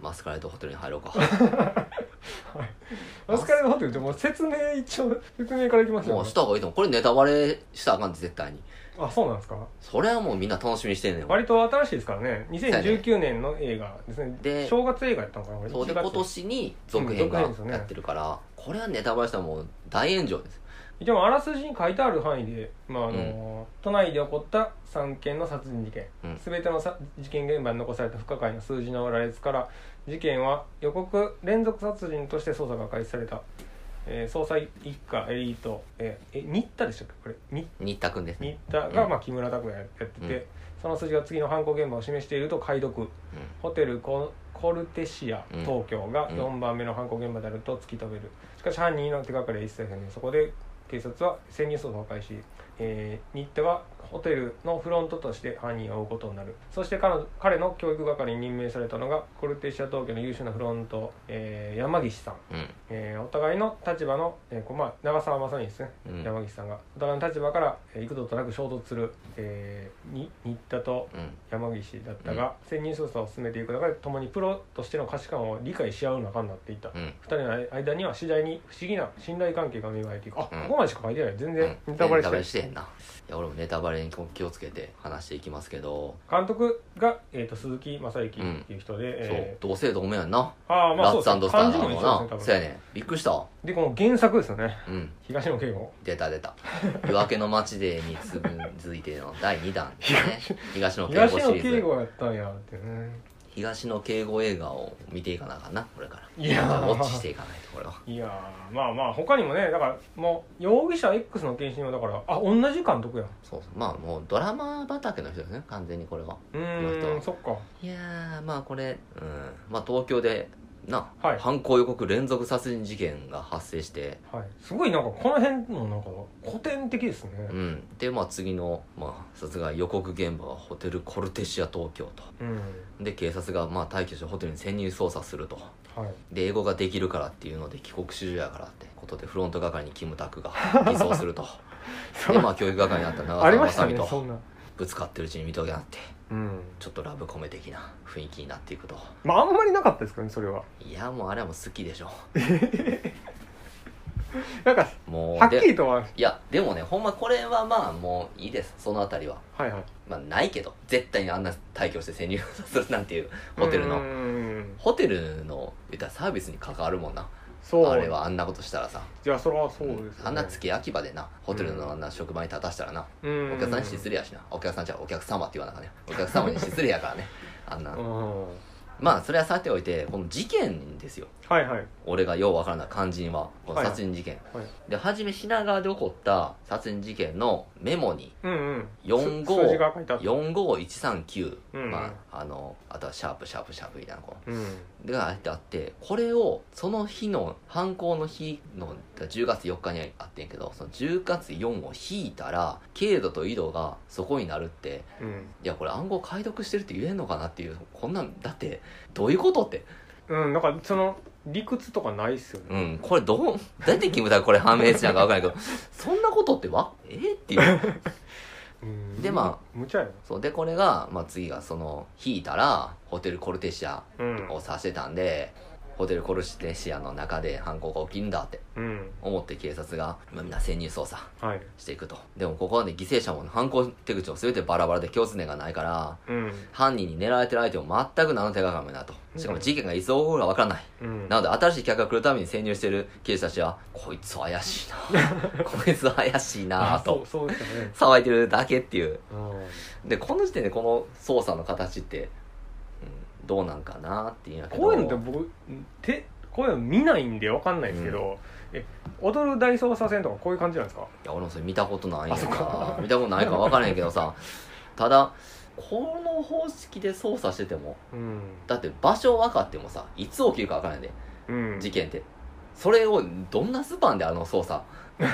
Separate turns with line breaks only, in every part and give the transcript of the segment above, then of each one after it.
マスカレットホテルに入ろう か
マスカレードホテルってもう説明一応説明からいきましょ
も
う
うした方がいいと思うこれネタバレしたらあかんで絶対に
あそうなんですか
それはもうみんな楽しみにしてんねん
割と新しいですからね2019年の映画ですね
で
正月映画やったのかなこれ
そうで
1月
今年に続編が
うん続編ですよね
やってるから、これはネタバレしたらもう大炎上です
一応あらすじに書いてある範囲で、まああの都内で起こった3件の殺人事件、
うん
すべ全てのさ事件現場に残された不可解な数字の羅列から事件は予告連続殺人として捜査が開始された、えー捜査一課エリート、えーえ新田でしたっけこれ新
新田君ですね
新田が、
うん
まあ、木村拓哉やってて、
うん
その数字が次の犯行現場を示していると解読ホテルココルテシア
うん
東京が
うん
4番目の犯行現場であると突き止める、しかし犯人の手がかりは一切不明そこで警察は潜入捜査を開始、えー、日田はホテルのフロントとして犯人を追うことになるそして彼の彼の教育係に任命されたのがコルテシア東京の優秀なフロント、えー山岸さん、
うんうん
えーお互いの立場の、えーこうまあ、長澤まさみですね、
うん
山岸さんがお互いの立場から、えー幾度となく衝突する、えーに新田と
うん
山岸だったが、潜入捜査を進めていく中で共にプロとしての価値観を理解し合う仲になっていった、
うん
二人の間には次第に不思議な信頼関係が芽生えていくあ、
うん
ここまでしか書いてない全
うん
然ネタバレして,、
してへんないや俺もネタバレに気をつけて話していきますけど、
監督が、えー、と鈴木雅之っていう人で、え
そう同姓同名やんな、
ーああま
ラ
あ
ッ
そ
ツ
う
スタ
です
ー
漢
な
字も一
の
緒で
な
す
そう
ね
やねんびっくりした
多分でこの原作ですよね
うん
東野圭吾
出た出 た「夜明けの街で」に続いての第2弾ですね東野敬
東
吾シ
野
リー
圭
ズ
吾やったんやってね
東野敬吾映画を見ていかなあかんなこれから
いやー
ウォッチしていかないとこれはい
やーまあまあ他にもねだからもう容疑者 X の検診はだからあ同じ監督やん
そうそうまあもうドラマ畑の人ですね完全にこれは
う
この人
ー
は
んそっか
いやーまあこれうんまあ東京でな、
はい
犯行予告連続殺人事件が発生して
はい、すごいなんかこの辺もなんか古典的ですね、
うんでまあ次の、まあ、殺害予告現場はホテルコルテシア東京と
うん
で警察がまあ退去してホテルに潜入捜査すると
はい、
で英語ができるからっていうので帰国子女やからってことでフロント係にキムタクが 偽装するとでまあ教育係になった長
あ
澤
りま
ま
し
さ
た
み
ねそ
と
んな
ぶつかってるうちに見とけなって
うん
ちょっとラブコメ的な雰囲気になっていくと
まああんまりなかったですからねそれはい
やもうあれはもう好きでしょ
なんか
も
は
う
っき
で
りとはい
やでもねほんまこれはまあもういいですそのあたりは
はいはい
まあないけど絶対にあんな退去して潜入するなんていうホテル
う
の
ーん
ホテルの言ったらサービスに関わるもんな
そう
あれはあんなことしたらさ
じゃあそれはそうです、ね、
あんな月秋葉でなホテルのあんな職場に立たしたらな、
うん
お客さんに失礼やしなお客さんじゃお客様って言わなあかんねお客様に失礼やから ねあんな、
うんは
まあそれはさておいてこの事件ですよ
いはいはい
俺がようわからない肝心はこの殺人事件、で初め品川で起こった殺人事件のメモに
うんうん
45
す数字が書いてあった
45139、
うん
まああのあとはシャープシャープシャープみたいなこう
うん
でがあってあってこれをその日の犯行の日の10月4日にあってんけどその10月4を引いたら軽度と緯度がそこになるって
うん
いやこれ暗号解読してるって言えんのかなっていうこんなんだってどういうことって
うん、なんかその理屈とかないっすよね、
うんこれどうどうやってキムタクこれ判明しなのか分からないけどそんなことってわえーっていう
うん、
でま
あ無茶やな
そうでこれが、まあ、次がその引いたらホテルコルテシア
うん
を指してたんでホテルコルテシアの中で犯行が起きるんだって
うん
思って警察が、まあ、みんな潜入捜査
はい
していくとでもここはね犠牲者も犯行手口も全てバラバラで共通点がないから
うん
犯人に狙われてる相手も全く何の手がかりもないとしかも事件がいつ起こるか分からない
うん
なので新しい客が来るために潜入してる刑事たちはこいつ怪し いなこいつ怪しいな
あそ
と
うそうですよね
騒いでるだけっていう
うん
でこの時点でこの捜査の形って、うん、どうなんかなっていうんやけど
こういうのって僕てこういうの見ないんでわかんないんですけど、え踊る大捜査線とかこういう感じなんですか
いや俺もそれ見たことないねん
あそっか
か見たことないから分からへんけど さただこの方式で捜査してても
うん、
だって場所分かってもさいつ起きるか分からへんで
うん、
事件ってそれをどんなスパンであの捜査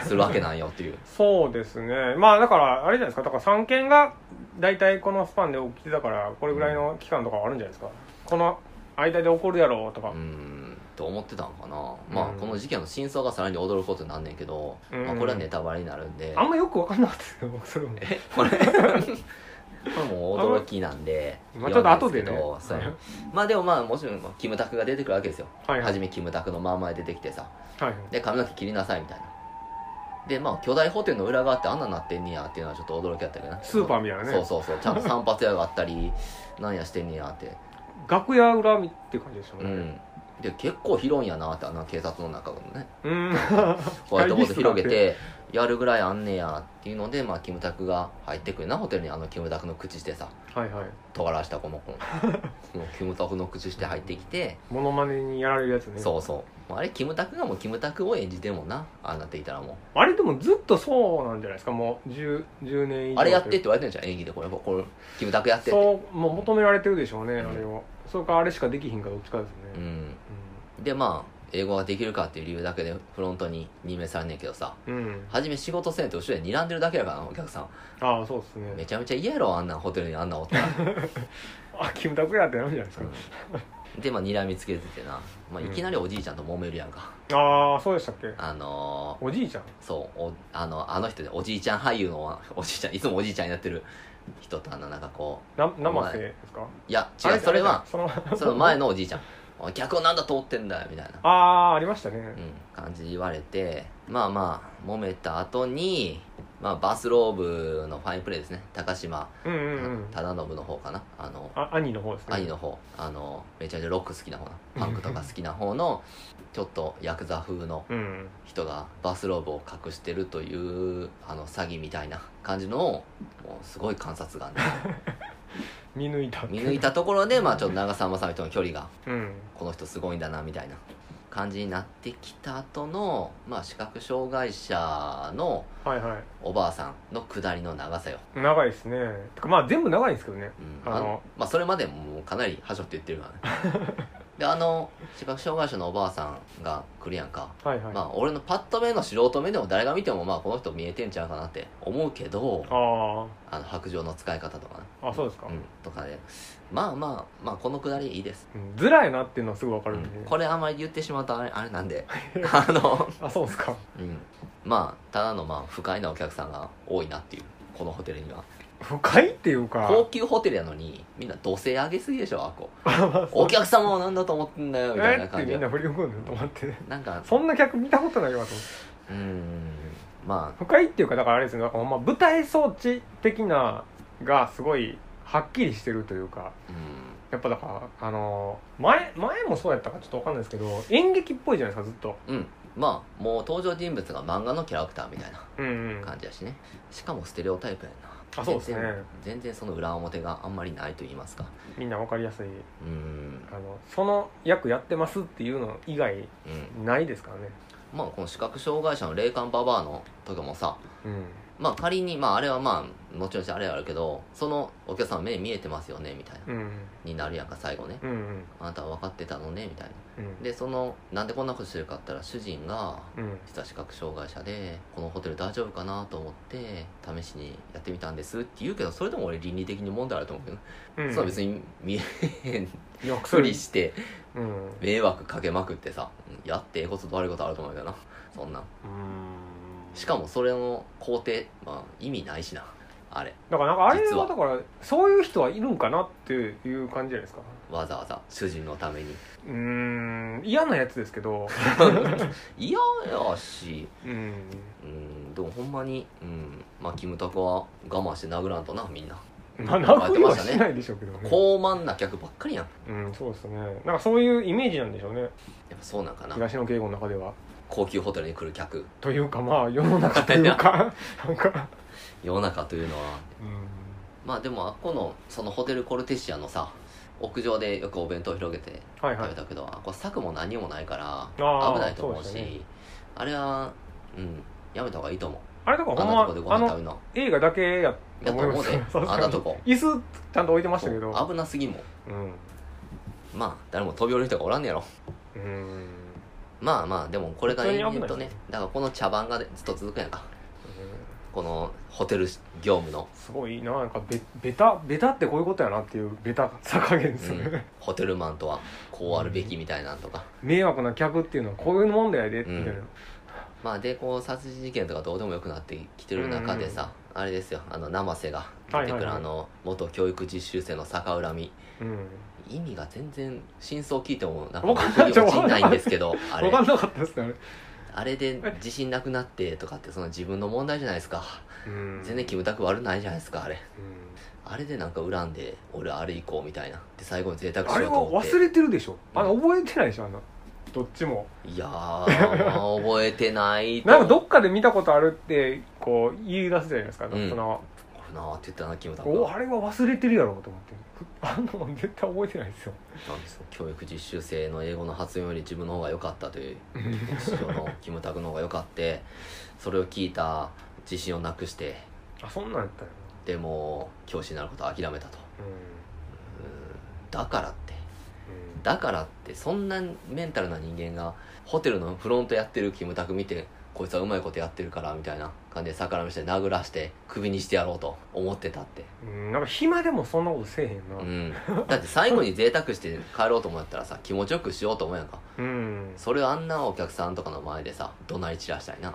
するわけなんよっていう
そうですねまあだからあれじゃないですかだから3件が大体このスパンで起きてたからこれぐらいの期間とかあるんじゃないですかこの間で起こるやろうと
う
か
ーんと思ってたんかなま
う
あ
ん
この事件の真相がさらに驚くことになんねんけど、
う ん
まあ、これはネタバレになるんで
あんまよくわかんなかったですよ僕それも
えこれこれも驚きなんで
まあちょっと後で
読ん
ね
んすけどそうやまあでもまあもちろんキムタクが出てくるわけですよ
はいは
初
い
めキムタクのまんまで出てきてさ
はい
で髪の毛切りなさいみたいなでまあ巨大ホテルの裏側ってあんなんなってんねやっていうのはちょっと驚きだったけどね
スーパーみたいなね
そうそうそうちゃんと散髪屋があったりなんやしてんねやって
楽屋裏みっていう感じでしたも
うん
ね
んで結構広いんやなってあの警察の中のね
うん
こうやってこと広げてやるぐらいあんねやっていうのでまあキムタクが入ってくるなホテルにあのキムタクの口してさ
はいはい
尖らしたこの子もうキムタクの口して入ってきて
モノマネにやられるやつね
そうそうあれキムタクがもうキムタクを演じてもなああなっていたらもう
あれでもずっとそうなんじゃないですかもう 10, 10年以上
あれやってって言われてんじゃん演技でこれこれキムタクやってって
そうもう求められてるでしょうね、
ん
あれをそれかあれしかできひんかどっちかです
う
ね、
んでまあ英語ができるかっていう理由だけでフロントに任命されんねんけどさ
うん、うん、
初め仕事せんと後ろで睨んでるだけやからなお客さ
ああそうです
んめ
ね
ちゃめちゃ嫌やろあんなんホテルにあんなんおったら、
あキムタクやってなるんじゃないですか、
うんでまあ睨みつけててな、まあ、
うん
いきなりおじいちゃんと揉めるやんか、
ああそうでしたっけ
あの
おじいちゃん
ーそうおあのあの人でおじいちゃん俳優のおじいちゃんいつもおじいちゃんになってる人とあのなんかこう
な生瀬ですか
いや
あ
違うそれ
あ
は
じゃないその
その前のおじいちゃ んおい客をなんだ通ってんだよみたいな
ああありましたね、
うん、感じで言われてまあまあ揉めた後にまあバスローブのファインプレーですね高島
うん、うんうん
忠信の方かなあの
あ兄の方ですね
兄の方あのめちゃめちゃロック好きな方なパンクとか好きな方のちょっとヤクザ風の
うん
人がバスローブを隠してるというあの詐欺みたいな感じのをもうすごい観察眼で
見抜いた
見抜いたところでまあちょっと長澤まさみとの距離が
うん
この人すごいんだなみたいな感じになってきた後のまあ視覚障害者の
はいはい
おばあさんの下りの長さよ、
長いですねてかまあ全部長いんですけどね
うん、
あの
まあそれまでもうかなりはしょって言ってるからね であの視覚障害者のおばあさんが来るやんか、
はいはい、
まあ俺のパッと目の素人目でも誰が見てもまあこの人見えてんちゃうかなって思うけど
あ
あの白状の使い方とかね、
ああそうですか、
うん、とかでまあまあまあこのくだりいいです、
うんずらいなっていうのはすぐ分か
う
るん
ん
で、ね
これあんまり言ってしまうとあれあれなん であの
あそうですか
うん、まあただのまあ不快なお客さんが多いなっていうこのホテルには
不快っていうか
高級ホテルやのにみんな土星上げすぎでしょあっ こ
お
お客様をなんだと思ってんだよみたい
え
な
ーって
感じ
みんな
で
振り向くのと思って
なんか
そんな客見たことないわと思って
うーんま
不快っていうかだからあれですねなんかほんま舞台装置的ながすごいはっきりしてるというか
あうん
やっぱだからあのー前前もそうやったかちょっと分かんないですけど演劇っぽいじゃないですかずっと
うんまあもう登場人物が漫画のキャラクターみたいな
うんうん
感じやしねしかもステレオタイプやんな
あそうですね
全然全然その裏表があんまりないと言いますか
みんな分かりやすいう
ーん
あのその役やってますっていうの以外
うん
ないですからね
まあこの視覚障害者の霊感ババアの時もさ
うん
まあ仮に、まああれはまあ、後々あれはあるけど、そのお客さんは目見えてますよね、みたいな。
うん
になるやんか、最後ね。
うんうん
あなたは分かってたのね、みたいな。
うん
で、その、なんでこんなことしてるかって言ったら、主人が、
うん
実は視覚障害者で、このホテル大丈夫かなと思って、試しにやってみたんですって言うけど、それでも俺倫理的に問題あると思うけどね。
うん
そう別に見えへん
いや
ふ
薬
りして、
うん
迷惑かけまくってさ、うんやってええことと悪いことあると思うけどな。そんなん。
うん
しかもそれの工程、まあ意味ないしな。あれ。
だからなんかあれ
実は
はだからそういう人はいるんかなっていう感じじゃないですか
わざわざ主人のために
うーん嫌なやつですけど
嫌やし
うん
うんでもほんまに、うんまあ、キムタクは我慢して殴らんとなみんな
まあ殴りはしないでしょうけどね
高慢な客ばっかりやん
うんそうですねなんかそういうイメージなんでしょうね
やっぱそうなんかな
東野敬吾の中では
高級ホテルに来る客
というかまあ世の中というかなんか
世の中というのは
うん
まあでもあっこのそのホテルコルテシアのさ屋上でよくお弁当広げて
はいは
食べ
い
たけど、あっこ柵も何もないから
あー
危ないと思うし
そうですよね
あれはうんやめた方がいいと思う
あれとか
あ
ほ
ん
ん
なとこで
ま
ご
あ
飯食べ
の
るの
映画だけやと
やと
思い
思
ま
う
す
で
さすが
あん
に
なとこ
椅子ちゃんと置いてましたけど
そう危なすぎも
うん
まあ誰も飛び降りる人がおらんねやろ
うん
まあまあでもこれが延々とね
普通に危ないですね
だからこの茶番がずっと続くやんかこのホテル業務の、
すごいななんかベベタベタってこういうことやなっていうベタさ加減です
う
ね、
んホテルマンとはこうあるべきみたいなんとか、
迷惑な客っていうのはこういう問題やでみたいな、
うんまあでこう殺人事件とかどうでもよくなってきてる中でさ、あれですよあの生瀬が出て
はいは
く
い
る
はい
あの元教育実習生の逆恨み
うん
意味が全然真相聞いてもなんか
わかんない
腑に落ちないんですけどあ
分
れ
かんなかったですねあれ
あれで自信なくなってとかってその自分の問題じゃないですか
うん
全然キムタク悪ないじゃないですかあれ
うん
あれでなんか恨んで俺あれ行こうみたいなで最後に贅沢
あ
し
れ
よう
は
と思って
忘れてるでしょあの覚えてないでしょあのどっちも
いやー、まあ覚えてないと
なんかどっかで見たことあるってこう言い出すじゃないですか、
うん
その
これなーって言ったなキムタク
お
が
あれは忘れてるやろうと思ってふあんなの絶対覚えてないですよ
なんですよ教育実習生の英語の発音より自分の方が良かったという師匠のキムタクの方が良かって それを聞いた自信をなくして
あそんなんやったよ、
でもう教師になることを諦めたとうん
う
だからって
んうん
だからってそんなメンタルな人間がホテルのフロントやってるキムタク見てこいつはうまいことやってるからみたいな感じで逆らみして殴らしてクビにしてやろうと思ってたって
うん、なんか暇でもそんなことせえへんな
う、んだって最後に贅沢して帰ろうと思ったらさ気持ちよくしようと思うやんか
うん
それをあんなお客さんとかの前でさ怒鳴り散らしたいな
うん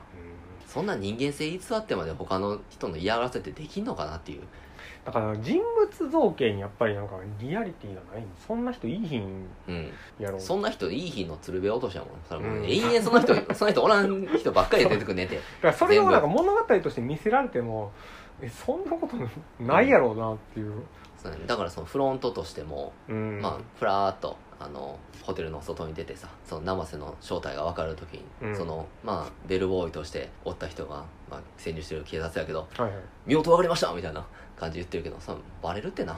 そんな人間性偽ってまで他の人の嫌がらせってできんのかなっていう
だから人物造形にやっぱりなんかリアリティがないそんな人いいひん
うん
やろう
そんな人いい日の鶴瓶落としやもんそれもう
うん
永遠その 人その人おらん人ばっかり出てくんねんて
だからそれをなんか物語として見せられてもえそんなことないやろうなっていう、
そうやねだからそのフロントとしても
うん
まあふらーっとあのホテルの外に出てさその生瀬の正体が分かる時に、
うん
そのまあベルボーイとしておった人が、まあ、潜入してる警察やけど
はいはい
「見事分かりました!」みたいな感じで言ってるけどさバレるってな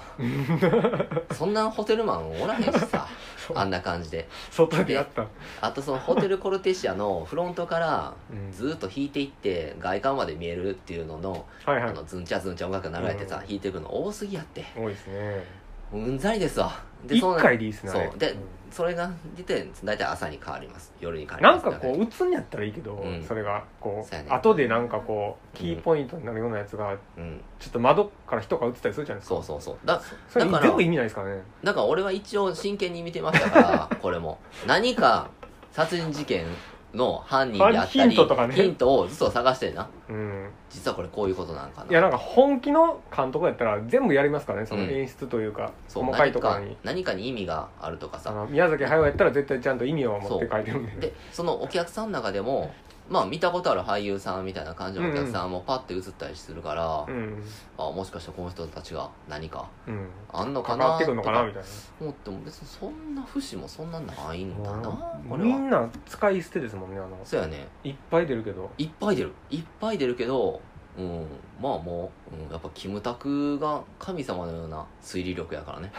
そんなホテルマンおらへんしさ
そう
あんな感じで
外でやった、
あとそのホテルコルテシアのフロントから
うん
ずーっと弾いていって外観まで見えるっていうのの
はいは
あ
い
のズンチャズンチャ音楽が流れてさ
うん
弾いていくの多すぎやって
多いですね
もううんざりですわでそ
一
うな
回でいいですね
そうで、
ん
それが出て大体朝に変わります夜に変わり
な
ま
ん
す
かこう打つんやったらいいけど、
うん
それがこう
そうやね
後でなんかこうキーポイントになるようなやつが
う、うん、
ちょっと窓から人が打ってたりするじゃないですか
そうそうそうだ
それ
だから
全部意味ないですからね
だから俺は一応真剣に見てましたから これも何か殺人事件の犯人であった
あ
り
ヒントとかね
ヒントをずっと探してんな
うん
実はこれこういうことなんかない
やなんか本気の監督やったら全部やりますからねその
うん
演出というか、
そう
細かい
何
ところ
か
に
何かに意味があるとか
あ
さ
の宮崎駿やったら絶対ちゃんと意味を持って書いてるんで
でそのお客さんの中でもまあ見たことある俳優さんみたいな感じのお客さんもパッて映ったりするから、
うん
あもしかしてこの人たちが何か
うん
あんのか
関
な
わ
と
ってくるのかなみたい
思っても別にそんな節もそんなないんだ
な
な
も
こ
う
れ
み
は
んな使い捨てですもんねあの
そうやね
いっぱい出るけど
いっぱい出るいっぱい出るけどうんまあもう、うん、やっぱキムタクが神様のような推理力やからね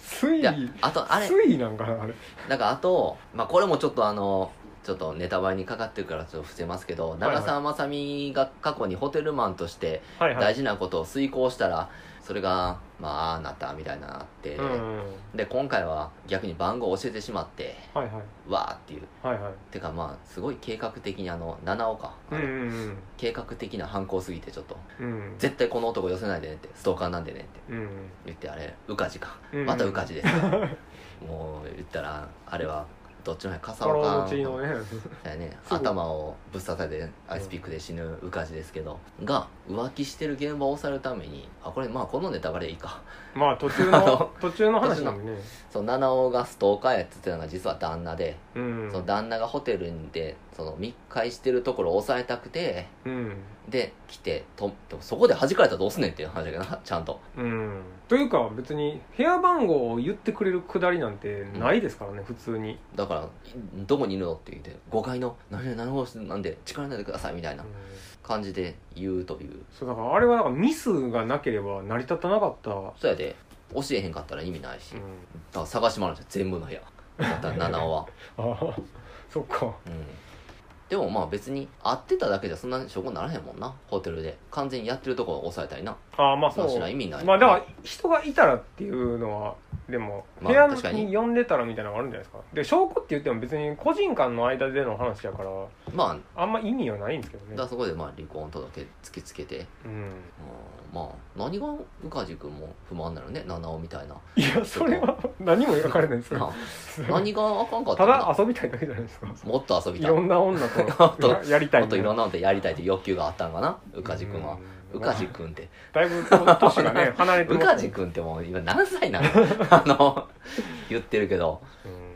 推
いや
理
あとあれ
推理なんかなあれ
なんかあと、まあ、これもちょっとあのちょっとネタバレにかかってるからちょっと伏せますけど
いはい
長澤まさみが過去にホテルマンとして
はいは
大
い
事なことを遂行したらそれがまあああなったみたいなのあって、
うんうん
で今回は逆に番号を教えてしまって
はいはい
わーっていう
はいはい
てかまあすごい計画的にあの七尾か、
うんうん
計画的な犯行すぎてちょっと
うん
絶対この男寄せないでねってストーカーなんでねって
うん
言ってあれうかじか
うん
またうかじ です、もう言ったらあれはどっちもや笠
トロ
岡
持ちのね
だよね
すぐ
頭をぶっ刺されてアイスピックで死ぬうかじですけど、が浮気してる現場を抑えるためにあこれまあこのネタバレいいか
まあ途中
あ
の
の
途中の話なんでね
その七尾がストーカーやって言ってたのが実は旦那で、
うん
その旦那がホテルでその密会してるところを抑えたくて
うん
で来てとでもそこで弾かれたらどうすんねんっていう話だけどなち ゃんと
うんというか別に部屋番号を言ってくれるくだりなんてないですからね普通に
だからいどこにいるのって言って5階の何々何号室なんで力ないでくださいみたいな
うん
感じで言うという
そうだからあれはだからミスがなければ成り立たなかった、うん、
そうやで教えへんかったら意味ないし、だから探し回るんですよ全部の部屋だったら七尾は、
ああそっか
うん、でもまあ別に会ってただけじゃそんな証拠にならへんもんなホテルで完全にやってるところを抑えたりな
ああまあ
そ
そう
しな
う
意味ない
まあだから人がいたらっていうのはでも
まあ
部屋
確かに
に呼んでたらみたいなのがあるんじゃないですかで証拠って言っても別に個人間の間での話やから
まあだか
あんま意味はないんですけど
ら
ね
そこでまあ離婚届け突きつけて、
うん
うんまあ何が宇梶君も不満なのね七尾みたいない
やそれは何も描かれないんです
な
よ
あ何があかんかった
た
の
だ遊びたいだけじゃないですか
もっと遊び
い
たい
ろ
も
んな女
あと
とややりたい
っといろん
な
なのでやりたいという欲求があったんかな宇梶君は
う
宇
ん
梶君って
だいぶ年が ね離れて
宇
ます
梶
ね
君ってもう今何歳なの あの言ってるけど
うん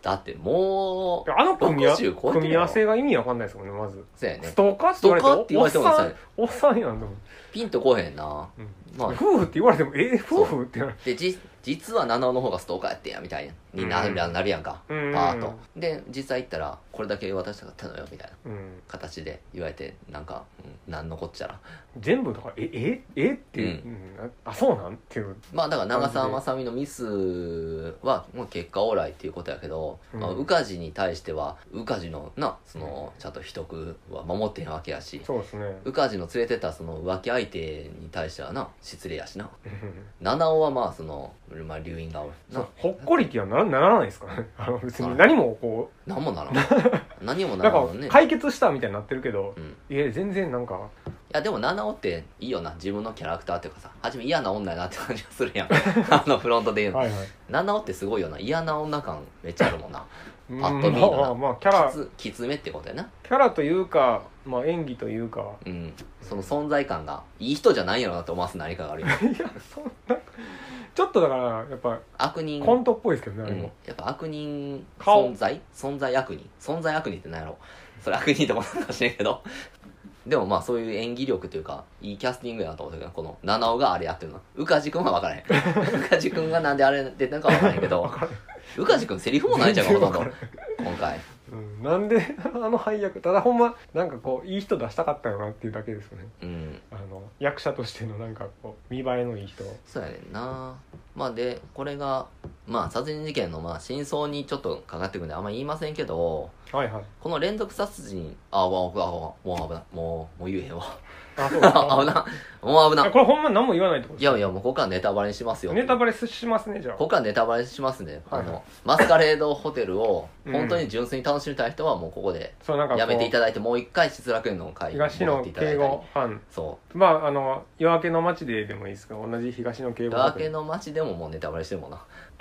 だってもう
あの組み合
60
わ
超えてるよ
組み合わせが意味わかんないですもんねまず
そうやね
ストーカーって
ス
言
トー
われて
カーって言われてもさ
おっさんやんと思う
ピンとこへんな
うん
まあ
夫婦って言われてもえ夫婦ってなる
でじ実は七尾の方がストーカーやってんやみたいになる,、なるやんか
パ
パートで実際行ったらこれだけ私が買ったのよみたいな
うん
形で言われてなんか、うん、なんのこっちゃら
全部とかえええっていう、
う
うんああそうなんっていう
まあだから長澤まさみのミスは、まあ、結果オーライっていうことやけど、
うん
まあ、宇梶に対しては宇梶のなそのちゃんと秘匿は守ってへんわけやし
そうですね
宇梶の連れてたその浮気相手に対してはな失礼やしな
うん
七尾はまあその、まあ、留飲がおる
そ
な
うほっこりきはならならないですからねあの別
は
に
い
何もこ
何も ならん何も
う
な
なん
らんもん
か
ね
解決したみたいになってるけど
うん、い
いや全然なんか
やでも七尾っていいよな自分のキャラクターっていうかさ初め嫌な女やなって感じがする やんあのフロントで言うの
はいはい
七尾ってすごいよな嫌な女感めっちゃあるもんな
うん
パ
まあ
ッと見のな
まあまあキャラ
きつきつめってことやな
キャラというか、まあ、演技というか
うんその存在感がいい人じゃないんやろなって思わす何かが あるよ
いやそんなちょっとだからやっぱ
悪人
コントっぽいですけどねあ
う
れ
ん
も、、
やっぱ悪人
顔
存在存在悪人存在悪人って何やろそれ悪人とかなんかしれんけどでもまあそういう演技力というかいいキャスティングやなと思ったけどこの七尾があれやってるの宇梶君は分からへん宇梶君がなんであれ出てんか分からへんけ ど宇梶君セリフもないじゃんほ
全然
とんど今回
うんなんであの配役ただほんまなんかこういい人出したかったよなっていうだけですよね
うん
あの役者としてのなんかこう見栄えのいい人
そうやねんなまあでこれがまあ殺人事件のまあ真相にちょっとかかってくるんであんま言いませんけど
はいはい
この連続殺人あわあわもう危ないもうもう言えへんわ
あそう
あ 危
か
なもう危な
あこれほんま何も言わないってこと
いやいやもうここはネタバレにしますよ
ネタバレしますねじゃあ
ここはネタバレしますね、
は
あ
い
のマスカレードホテルを
うん
本当に純粋に楽しみたい人はもうここで
そうなんかこう
やめていただいてもう一回失楽園の会に
東
戻っ
野
ていただ
敬
いたり
語ファン
そ
まああの夜明けの街ででもいいですけど同じ東野
う
敬語
夜明
フ
け
ァン
の街でももうネタバレしてるもんな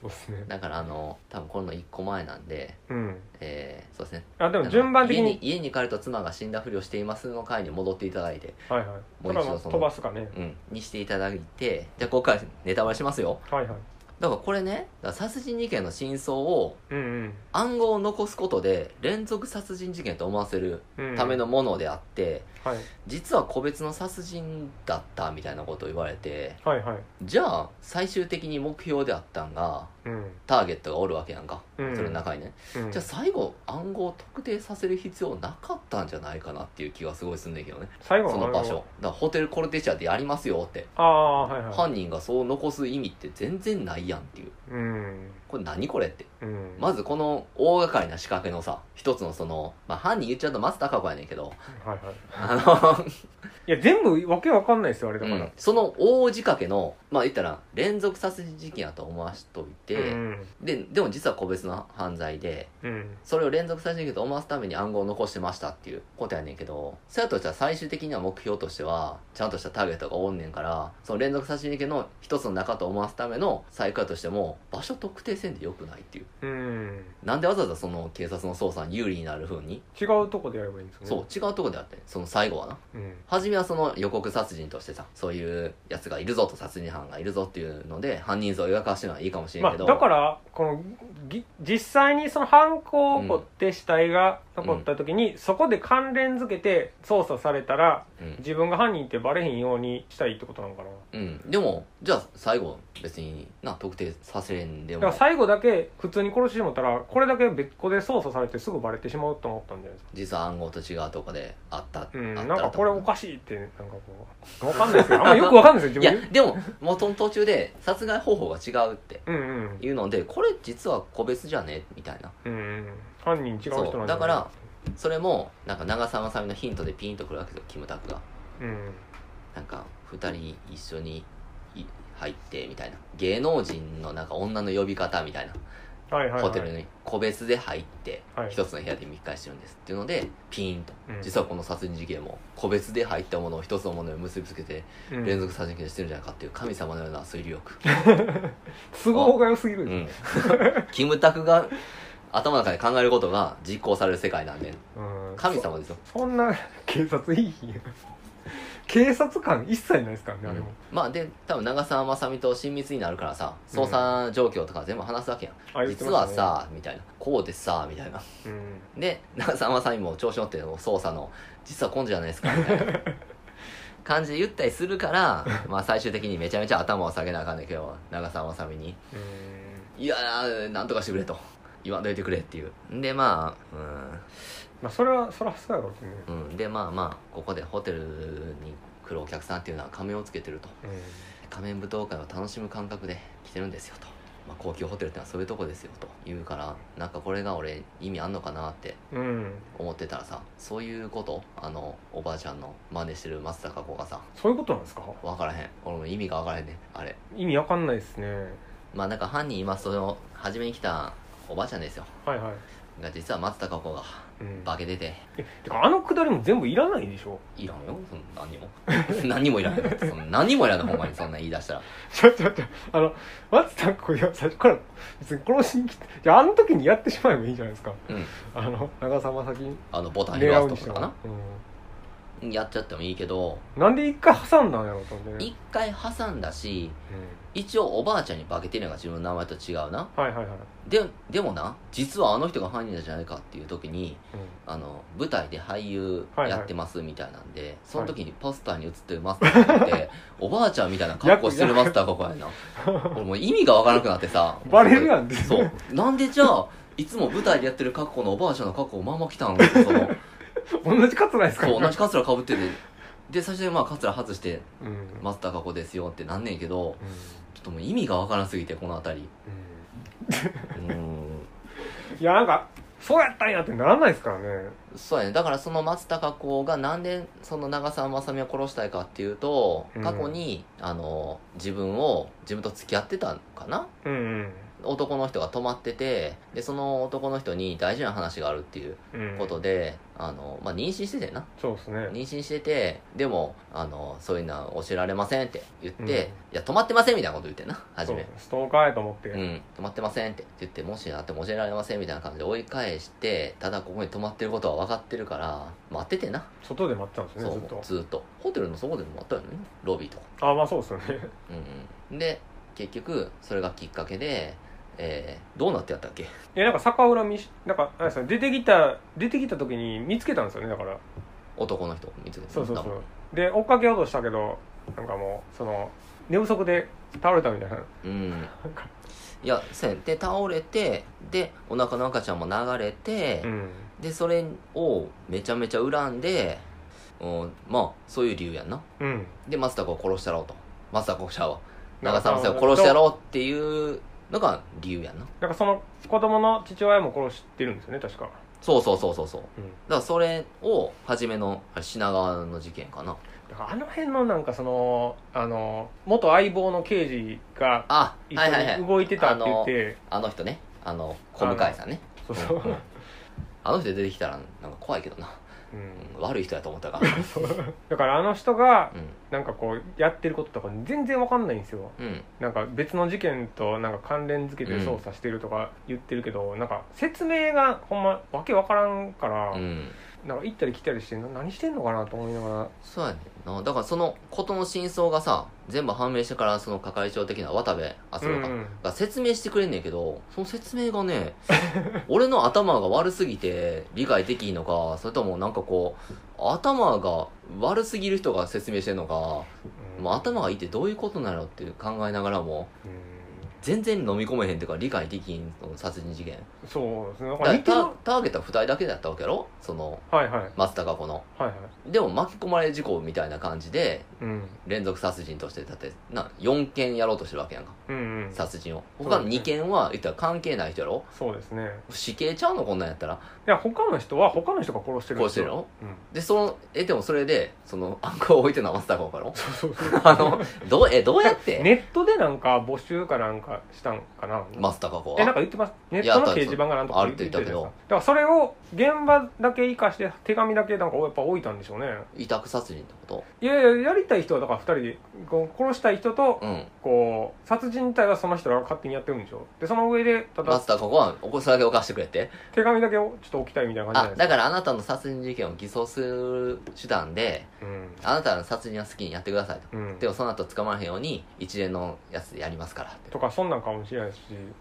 そうですね
だからあの多分この1個前なんで
うん
えーそうですね
あで
あ
も
の
順番的に
家に家に帰ると妻が死んだふりをしていますの会に戻っていただいて
はいはい
もう一度
だからまあ
その
飛ばすかね
うんにしていただいてじゃあここからネタバレしますよ
はいはい
だからこれねだから殺人事件の真相を
うん
暗号を残すことで連続殺人事件と思わせる
うんうん
ためのものであって、
はい
実は個別の殺人だったみたいなことを言われて
はいはい
じゃあ最終的に目標であったんが
うん
ターゲットがおるわけやんか、
うん
それの中にね、
うん
じゃあ最後暗号を特定させる必要なかったんじゃないかなっていう気がすごいすんだけどね
最後は
その場
あ
所だからホテルコルテチャでやりますよって、
ああはいはい
犯人がそう残す意味って全然ないやんっていう
うん
これ何これって
うん
まずこの大掛かりな仕掛けのさ一つのその、まあ、犯人言っちゃうと松たか子やねんけ ど
はいはい
あの、
いや全部わけわかんないですよあれだから、
その大仕掛けのまあ言ったら連続殺人事件やと思わしといて、
うん
ででも実は個別の犯罪で
うん
それを連続殺人事件と思わすために暗号を残してましたっていうことやねんけどそうやとしたら最終的には目標としてはちゃんとしたターゲットがおんねんからその連続殺人事件の一つの中と思わすための最下としても場所特定せんでよくないっていう
うん
なんでわざわざその警察の捜査に有利になる風に
違うとこでやればいいんですよね
そう違うとこであってその最後はな
う、ん、
初めはその予告殺人としてさそういうやつがいるぞと殺人犯がいるぞっていうので犯人像を描かしてるのはいいかもしれん
ま
け
あ
ど、
だからこのぎ実際にその犯行を起こって死体が残った時に、そこで関連づけて捜査されたら
うん
自分が犯人ってバレへんようにしたいってことなのかな
うん、でもじゃあ最後別にな特定させんで
だか
も
ら最後だけ普通に殺してしまったらこれだけ別個で捜査されてすぐバレてしまうと思ったんじゃないですか
実は暗号と違うとこであった、
うん、
あ
な
っ
ん
た
から
と
これ
思う
おかしいってなんかこうわかんないですよあんまよくわかんないですよ
いや
自分
でももうその途中で殺害方法が違うって
うんうん
いうのでこれ実は個別じゃねみたいな
うんうん犯人違う人なんじゃ
そ
な
う
い
だからそれもなんか長澤まさみのヒントでピンとくるわけですよキムタクが
うん
なんか2人一緒にい入ってみたいな芸能人のなんか女の呼び方みたいな
はいはいはい
ホテルに個別で入って
はい
一つの部屋で密会してるんですっていうのでピーンと
うん
実はこの殺人事件も個別で入ったものを一つのものに結びつけて
うん
連続殺人事件してるんじゃないかっていう神様のような推理力
都合が良すぎる
うん
で
んキムタクが頭の中で考えることが実行される世界なんで
す、うん
神様ですよ、
そそんな警察いい日警察官一切ないですからね、
う
あれ
ん
も、
まあで多分長澤まさみと親密になるからさ捜査状況とか全部話すわけやん、
あ言って
実
ま
は
したね
さ、みたいなこうでさみたいな
うん
で長澤まさみも調子乗って捜査の実は根性じゃないですかみたい な感じで言ったりするから、まあ、最終的にめちゃめちゃ頭を下げなあかんねんけど長澤まさみに
うん
「いやーなんとかしてくれ」と言わんといてくれっていうんでまあ
まあそれはそらそうやろうけどね、
うん、うん、でまあまあここでホテルに来るお客さんっていうのは仮面をつけてると
うん
仮面舞踏会を楽しむ感覚で来てるんですよと、まあ、高級ホテルってのはそういうとこですよと言うからなんかこれが俺意味あんのかなって
うん、
思ってたらさそういうことあのおばあちゃんの真似してる松たか子がさ
そういうことなんですか
分からへん俺も意味が分からへんねあれ
意味わかんないですね
まあなんか犯人今その初めに来たおばあちゃんですよ
はいはい、
が実は松たか子が
うん、
化けてて
えてかあのくだりも全部いらないでしょ
いらんよそんな何にも 何にもいらんよそんな何にもいらんのほんまにそんなん言い出したら
ちょちょちょあの松たか子いや最初から別に殺しに来てじゃああの時にやってしまえばいいじゃないですか
うん
あの長澤まさきに
あのボタン
狙う
広
に
がす
して
とか
も
か
う
なやっちゃってもいいけど
ん、なんで一回挟んだんやろうと思ってね
一回挟んだし
う、
一応おばあちゃんに化けてるのが自分の名前と違うなん
はいはいはい、
ででもな実はあの人が犯人なんじゃないかっていう時に
うん
あの舞台で俳優
はいは
や
い
ってますみたいなんで、その時にポスターに映ってるマスターがいて、 おばあちゃんみたいな格好してるマスターがここやな俺 もう意味がわからなくなってさ
バレるやんって
そうなんでじゃあいつも舞台でやってる格好のおばあちゃんの格好をまんま来たんその
同じカツラですから
そう同じカツラかぶっててで最初にまあカツラ外して
うんうん
マスター格好ですよってなんねんけどちょっともう意味がわからなすぎてこの辺 りうーん
うんいやなんかそうやったんやってならないですからね
そうやねだからその松たか子がなんでその長澤まさみを殺したいかっていうと
うん
過去に、あの自分を自分と付き合ってたのかな
うんうん
男の人が泊まっててでその男の人に大事な話があるっていう
うん
ことで、あのまあ、妊娠しててんな
そうですね
妊娠しててでもあのそういうのは教えられませんって言って、
うん
いや泊まってませんみたいなこと言ってんな初め
そうストーカーやと思って、
うん、泊まってませんって言って、もしなっても教えられませんみたいな感じで追い返して、ただここに泊まってることは分かってるから、待っててな。
外で待ってたんです
そ
ね
う、
ずっと
ずっと。ホテルのそこでも待ったよね。ロビーとか。
あまあそうですよね
うんうん。で、結局、それがきっかけで、えー、どうなってやったっけ
いやなんか逆恨みしなんかなんですか出てきた出てきた時に見つけたんですよねだから
男の人を見つけて
そうそうそ
多分
うで追っかけようとしたけどなんかもうその寝不足で倒れたみたいな
うん
なんか。
いや、せん。で、倒れて、で、お腹の赤ちゃんも流れて、
うん
で、それをめちゃめちゃ恨んで、うん、まあ、そういう理由やんな。
うん
で松たかを殺してやろうと松たかを殺したわ長澤まさみを殺してやろうっていうのが理由やんな
なんかその子供の父親も殺してるんですよね確か、
そうそうそうそうそうだ
うん、
からそれを初めのあれ品川の事件かな
だからあの辺のなんかそのあの元相棒の刑事が
あ
一
はいはいは
緒に
い
動いてたって言って、
あの人ねあの小向井さんね
そうそう、
うんうんあの人出てきたらなんか怖いけどな、
うん
うん悪い人やと思った から
だからあの人が
う
なんかこうやってることとか全然わかんないんですよ
んうん
なんか別の事件となんか関連付けて捜査してるとか言ってるけど、なんか説明がほんまわけわからんから、
うん
なんか行ったり来たりしてな何してんのかなと思いながら
そうやねんなだからそのことの真相がさ全部判明してからその係長的な渡部篤郎か、
うんうん
が説明してくれんねんけどその説明がね 俺の頭が悪すぎて理解できひんのかそれともなんかこう頭が悪すぎる人が説明してんのか、
うん
もう頭がいいってどういうことなのって考えながらも
うん
全然飲み込めへんっていうか理解できんその殺人事件
そうですねなん
だか
から似てる
タ
は
ターゲットは2人だけだったわけやろその
いはいはい
松たか子の
はい
でも巻き込まれ事故みたいな感じで
うん
連続殺人としてだってな4件やろうとしてるわけやんか
うんうん
殺人を
そう
他
だね
の2件は言ったら関係ない人やろ
そうですね
死刑ちゃうのこんなんやったら
いや他の人は他の人が殺してるん
こう
で
し
す
てる
よ
のでそのえでもそれでそのアンコを置いてるのは松たか子やろ
うん、そうそう
あのどうえどうやって、
ネットでなんか募集かなんかしたんかな
松たか子
えなん
は
か言ってますネットの掲示板がなんとか
あるって言ったけど
言ってたじゃないですかだからそれを現場だけ生かして手紙だけなんかやっぱ置いたんでしょうね
委託殺人ってこ
いやいややりたい人はだから2人でこう殺したい人と
とうん
こう殺人隊はその人らが勝手にやってるんでしょでその上でただ
松たか子はお子さんだけ犯してくれって
手紙だけをちょっと置きたいみたいな感
あ
じじゃない
だからあなたの殺人事件を偽装する手段で
ですかうん
あなたの殺人は好きにやってくださいと
うん
でもその後捕まらへんように一連のやつでやりますからって
とかそんなんかもしれないし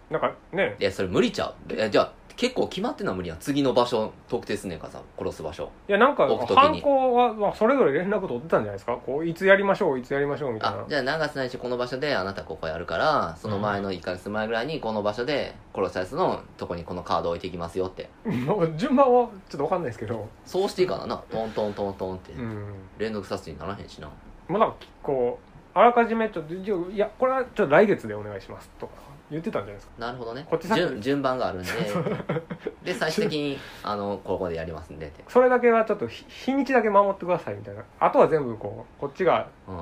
なんかね
いやそれ無理ちゃうえじゃあ結構決まってんのは無理やん次の場所特定すんねんからさ殺す場所
いやなんか
置く時に
犯行はまあそれぞれ連絡取ってたんじゃないですかこういつやりましょういつやりましょうみたい
あ
な
じゃあ何月何日この場所であなたここやるからその前の1ヶ月前ぐらいにこの場所で殺したやつのとこにこのカード置いていきますよって
まあ順番はちょっとわかんないですけど
そうしていいかななトントントントンって
うん
連続殺人にならへんしな
まあなんかこうあらかじめちょっとじゃあいやこれはちょっと来月でお願いしますとか言ってたんじゃないですか
なるほどね
こっち先
順順番があるんでで最終的にあのここでやりますんでって
それだけはちょっと日日にちだけ守ってくださいみたいなあとは全部こうこっちが
うん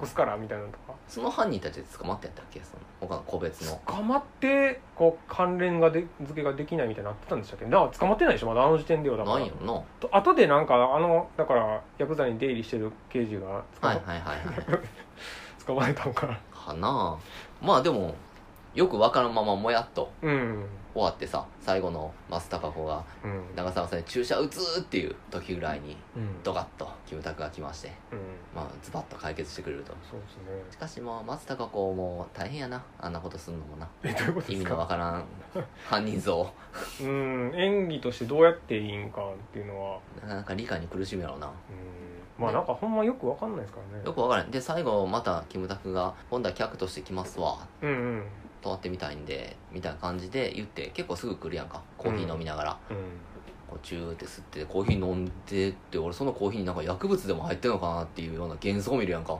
隠すからみたいなのとか
その犯人たちで捕まってやったっけその他の個別の
捕まってこう関連がで付けができないみたいになってたんでしたっけだから捕まってないでしょまだあの時点ではだか
な
ら
いよなは
と後でなんかあのだからヤクザに出入りしてる刑事が
い
捕,、
はいはいはい
捕まえたの か
かなあまあでもよくわからんままもやっと
うん
終わってさ最後の松たか子が
うん
長澤さんに注射打つっていう時ぐらいに
うん
ドカッとキムタクが来まして
うん
まあズバッと解決してくれると
そうですね
しかしもう松たか子も大変やなあんなことするのもな
えどういうこと
意
で
味
す
のわか
か
らん犯人像
うん演技としてどうやっていいんかっていうのは
なかなか理解に苦しむやろうな
うんまあなんかほんまよくわかんないですからね
よくわからんで最後またキムタクが「今度は客として来ますわ
うんうん
泊まってみたいんで」みたいな感じで言って結構すぐ来るやんかコーヒー飲みながら、
うん
こうチューって吸ってコーヒー飲んでって俺そのコーヒーになんか薬物でも入ってんのかなっていうような幻想見るやん か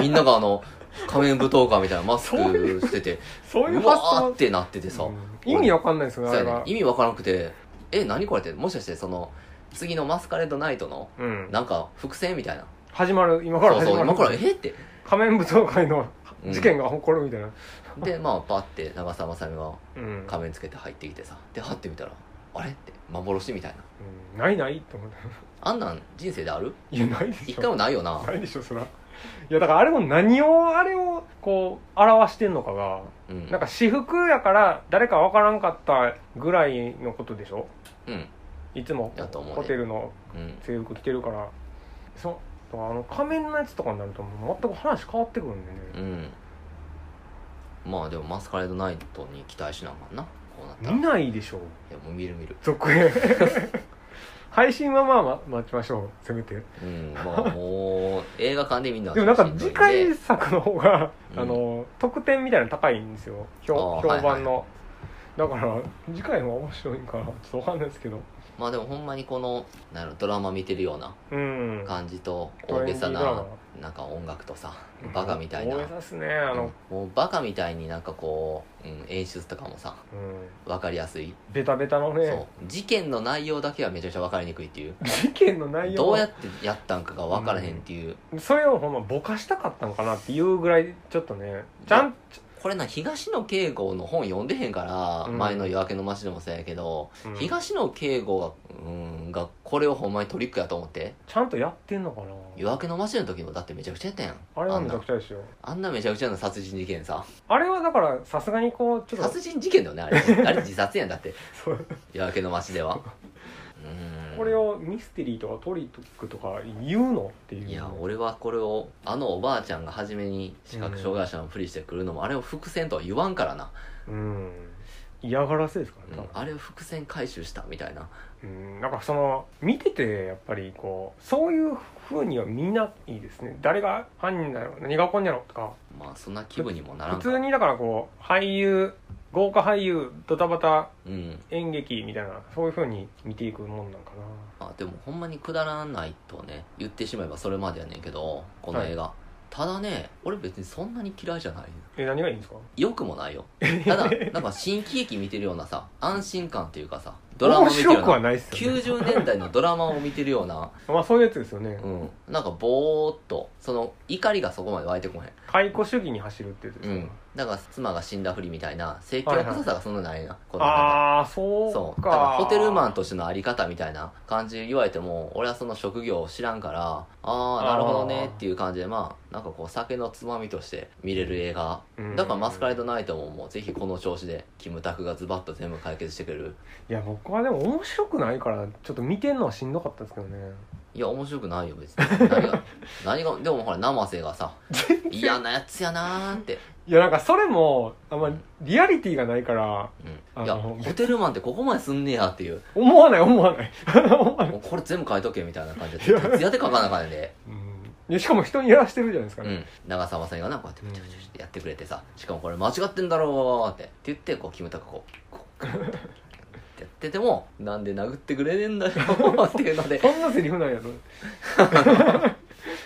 みんながあの仮面舞踏家みたいなマスク
そうい
してて
そういう
う
発
わー
想
ってなっててさ、
うん意味わかんないですよ
そ
ね
うや
あれ
ね
が
ん意味わからなくてえ何これってもしかしてその次のマスカレードナイトの
うん
なんか伏線みたいな
始まる今から
そう
始
そう
ま
今から
る
えって
仮面舞踏会の
うん
事件が起こるみたいな
でまあパッて長澤まさみが
うん
仮面つけて入ってきてさではってみたらあれって幻みたいな
うんないないと思って
あんなん人生である
いやないでし
一
ょ
回もないよな
ないでしょそらいやだからあれも何をあれをこう表してんのかが
うん
なんか私服やから誰かわからんかったぐらいのことでしょ
うん
いつも
やと思うね
ホテルの
うん
制服着てるからそうだからあの仮面のやつとかになるともう全く話変わってくるんでね、
うんまあでもマスカレードナイトに期待しなあかんなこうなったらい
見ないでしょう
やもう見る見る
続 編配信はまあま待ちましょうせめて
うんまあもう映画館でみんなは
でもなんか
しどい
次回作の方が、
うん
あの得点みたいなの高いんですよ評
あー
評判の、だから次回も面白いんかなちょっとわかんないですけど
まあでもほんまにこのなんやろドラマ見てるような
うん
感じと大げさ
トレンディードラ
な
マ
なんか音楽とさバカみたいな
大げさっすねあの、
うんもうバカみたいになんかこう、うん、演出とかもさ
うん
分かりやすい、
ベタベタの
そ
ね
う事件の内容だけはめちゃくちゃ分かりにくいっていう
事件の内容
どうやってやったんかが分からへんっていう、
それをほんまぼかしたかったのかなっていうぐらいちょっとねちゃん
これな東野圭吾の本読んでへんから、
うん
前の「夜明けの街」でもそうやけど、
うん
東野圭吾がうんがこれをほんまにトリックやと思って
ちゃんとやってんのか
「
な
夜明けの街」の時もだってめちゃくちゃやったやん
あれは
ん
めちゃ
な
くちゃですよ
あんなめちゃくちゃな殺人事件さ
あれはだからさすがにこうちょっと
殺人事件だよねあれあれ自殺やんだって
そう
夜明けの街で はうん
これをミステリーとかトリックとか言うのっていう
い
い
や俺はこれをあのおばあちゃんが初めに視覚障害者のふりしてくるのも、あれを伏線とは言わんからな、
うん嫌がらせですか
う
ら
ん
ね、
あれを伏線回収したみたいな
うん、なんかその見ててやっぱりこうそういう風にはみんないいですね誰が犯人だろう何が起こんやろうとか
まあそんな気分にもならん
普
か
通にだからこう俳優豪華俳優ドタバタ
うん
演劇みたいなそういう風に見ていくもんなんかな
あでもほんまにくだらないとね言ってしまえばそれまでやねんけどこの映画、ただね俺別にそんなに嫌いじゃない
え何がいいんですか
よくもないよただなんか新喜劇見てるようなさ安心感っていうかさドラマ
面
見てるよ
白
う
くは
な
ないっすよね
90年代のドラマを見てるような、
まあそういうやつですよね
うん、なんかぼーっとその怒りがそこまで湧いてこへん
解雇主義に走るってやつです
う
よ
ん
ね、
だから妻が死んだふりみたいな性教臭さがそんなないな、この中
ああ
で
そ
そうう
か
だからホテルマンとしてのあり方みたいな感じで言われても俺はその職業を知らんからああなるほどねっていう感じでまあなんかこう酒のつまみとして見れる映画
うん
だからマスカレードナイトももうぜひこの調子でキムタクがズバッと全部解決してくれる
いや僕はでも面白くないからちょっと見てんのはしんどかったですけどね
いや面白くないよ別に何が何がでもほら生瀬がさ嫌なやつやなーって、
いやなんかそれもあんまリアリティがないから
うん、いや
あの
ホテルマンってここまですんねやっていう
思わない思わない 思わない
もうこれ全部書いとけみたいな感じで徹夜で書かなあかんねんで、
うんいやしかも人にやらしてるじゃないですか
う
ね、
ん、長澤さんがなこうやってめちゃめちゃやってくれてさしかもこれ間違ってんだろうってって言ってこうキムタクこうこうってやっててもなんで殴ってくれねえんだよっていうので
そんなセリフなんや ろ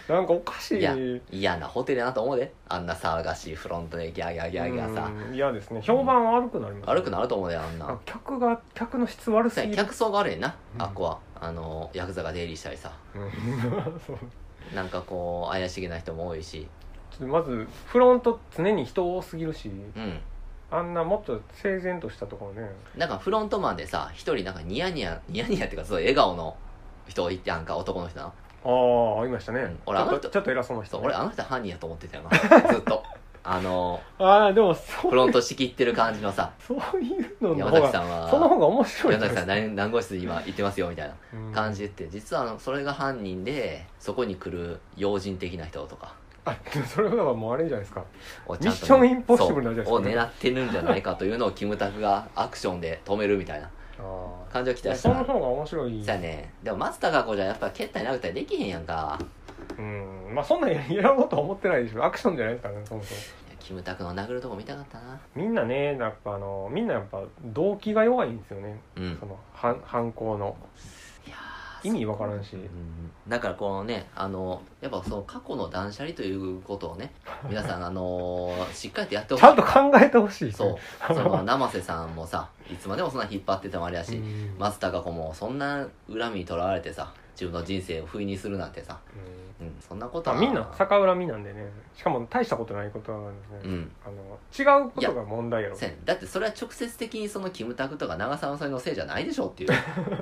なんかおかしい
いや嫌なホテルやなと思うであんな騒がしいフロントでギャーギャーギャーギャーさ
うん嫌ですね評判悪くなります、
悪くなると思うであん
あ
な
客が客の質悪すぎる
客層が悪いねんな
うん
あっこはあのヤクザが出入りしたりさ
うん そう
なんかこう怪しげな人も多いし
ちょっとまずフロント常に人多すぎるし
うん
あんなもっと整然としたところね
なんかフロントマンでさ一人なんかニヤニヤニヤニヤっていうかすごい笑顔の人いてやんか男の人な
ああいましたね、
うん俺あ
ちょ
の
っと
人
ちょっと偉そうな人
そう
ね、
俺あの人犯人やと思ってたよ なずっとあの
ああでもそ
フ
う
ロント仕切ってる感じの さ
そういうのの
山
方
崎
が
さん
その
は
方が面白い
山
じ
崎さん
ゃないですか
何何号室今行ってますよみたいな
うん
感じで言って実はあのそれが犯人でそこに来る要人的な人とか
あでもそれはもうあれじゃないですか
を
ミッションインポッシブルなんじゃないですか
そうを狙ってるんじゃないかというのをキムタクがアクションで止めるみたいな
あ
感じを期
あ
待し
そ
た
の
ら
方が面白い
じゃあねでも松たか子じゃやっぱ蹴ったり殴ったりできへんやんか
うんまあそんなんやろうとは思ってないでしょアクションじゃないですからねそもそも
いやキムタクの殴るとこ見たかったな
みんなねやっぱあのみんなやっぱ動機が弱いんですよね
うん
その犯犯行の
いやー
意味わからんし
うんだからこのねあのやっぱその過去の断捨離ということ をね皆さんあのーしっかりとやってほし
ち
い
ゃんと考えてほしい
そうその生瀬さんもさいつまでもそんな引っ張っててもあれやし、
うん
松たか子もそんな恨みにとらわれてさ自分の人生を不意にするなんてさ、
うん
うん、そんなこと
まあ
は
みんな逆恨みなんでねしかも大したことないことなんですね、
うん
あの違うことが問題やろ
せやねだってそれは直接的にそのキムタクとか長澤まさみのせいじゃないでしょっていう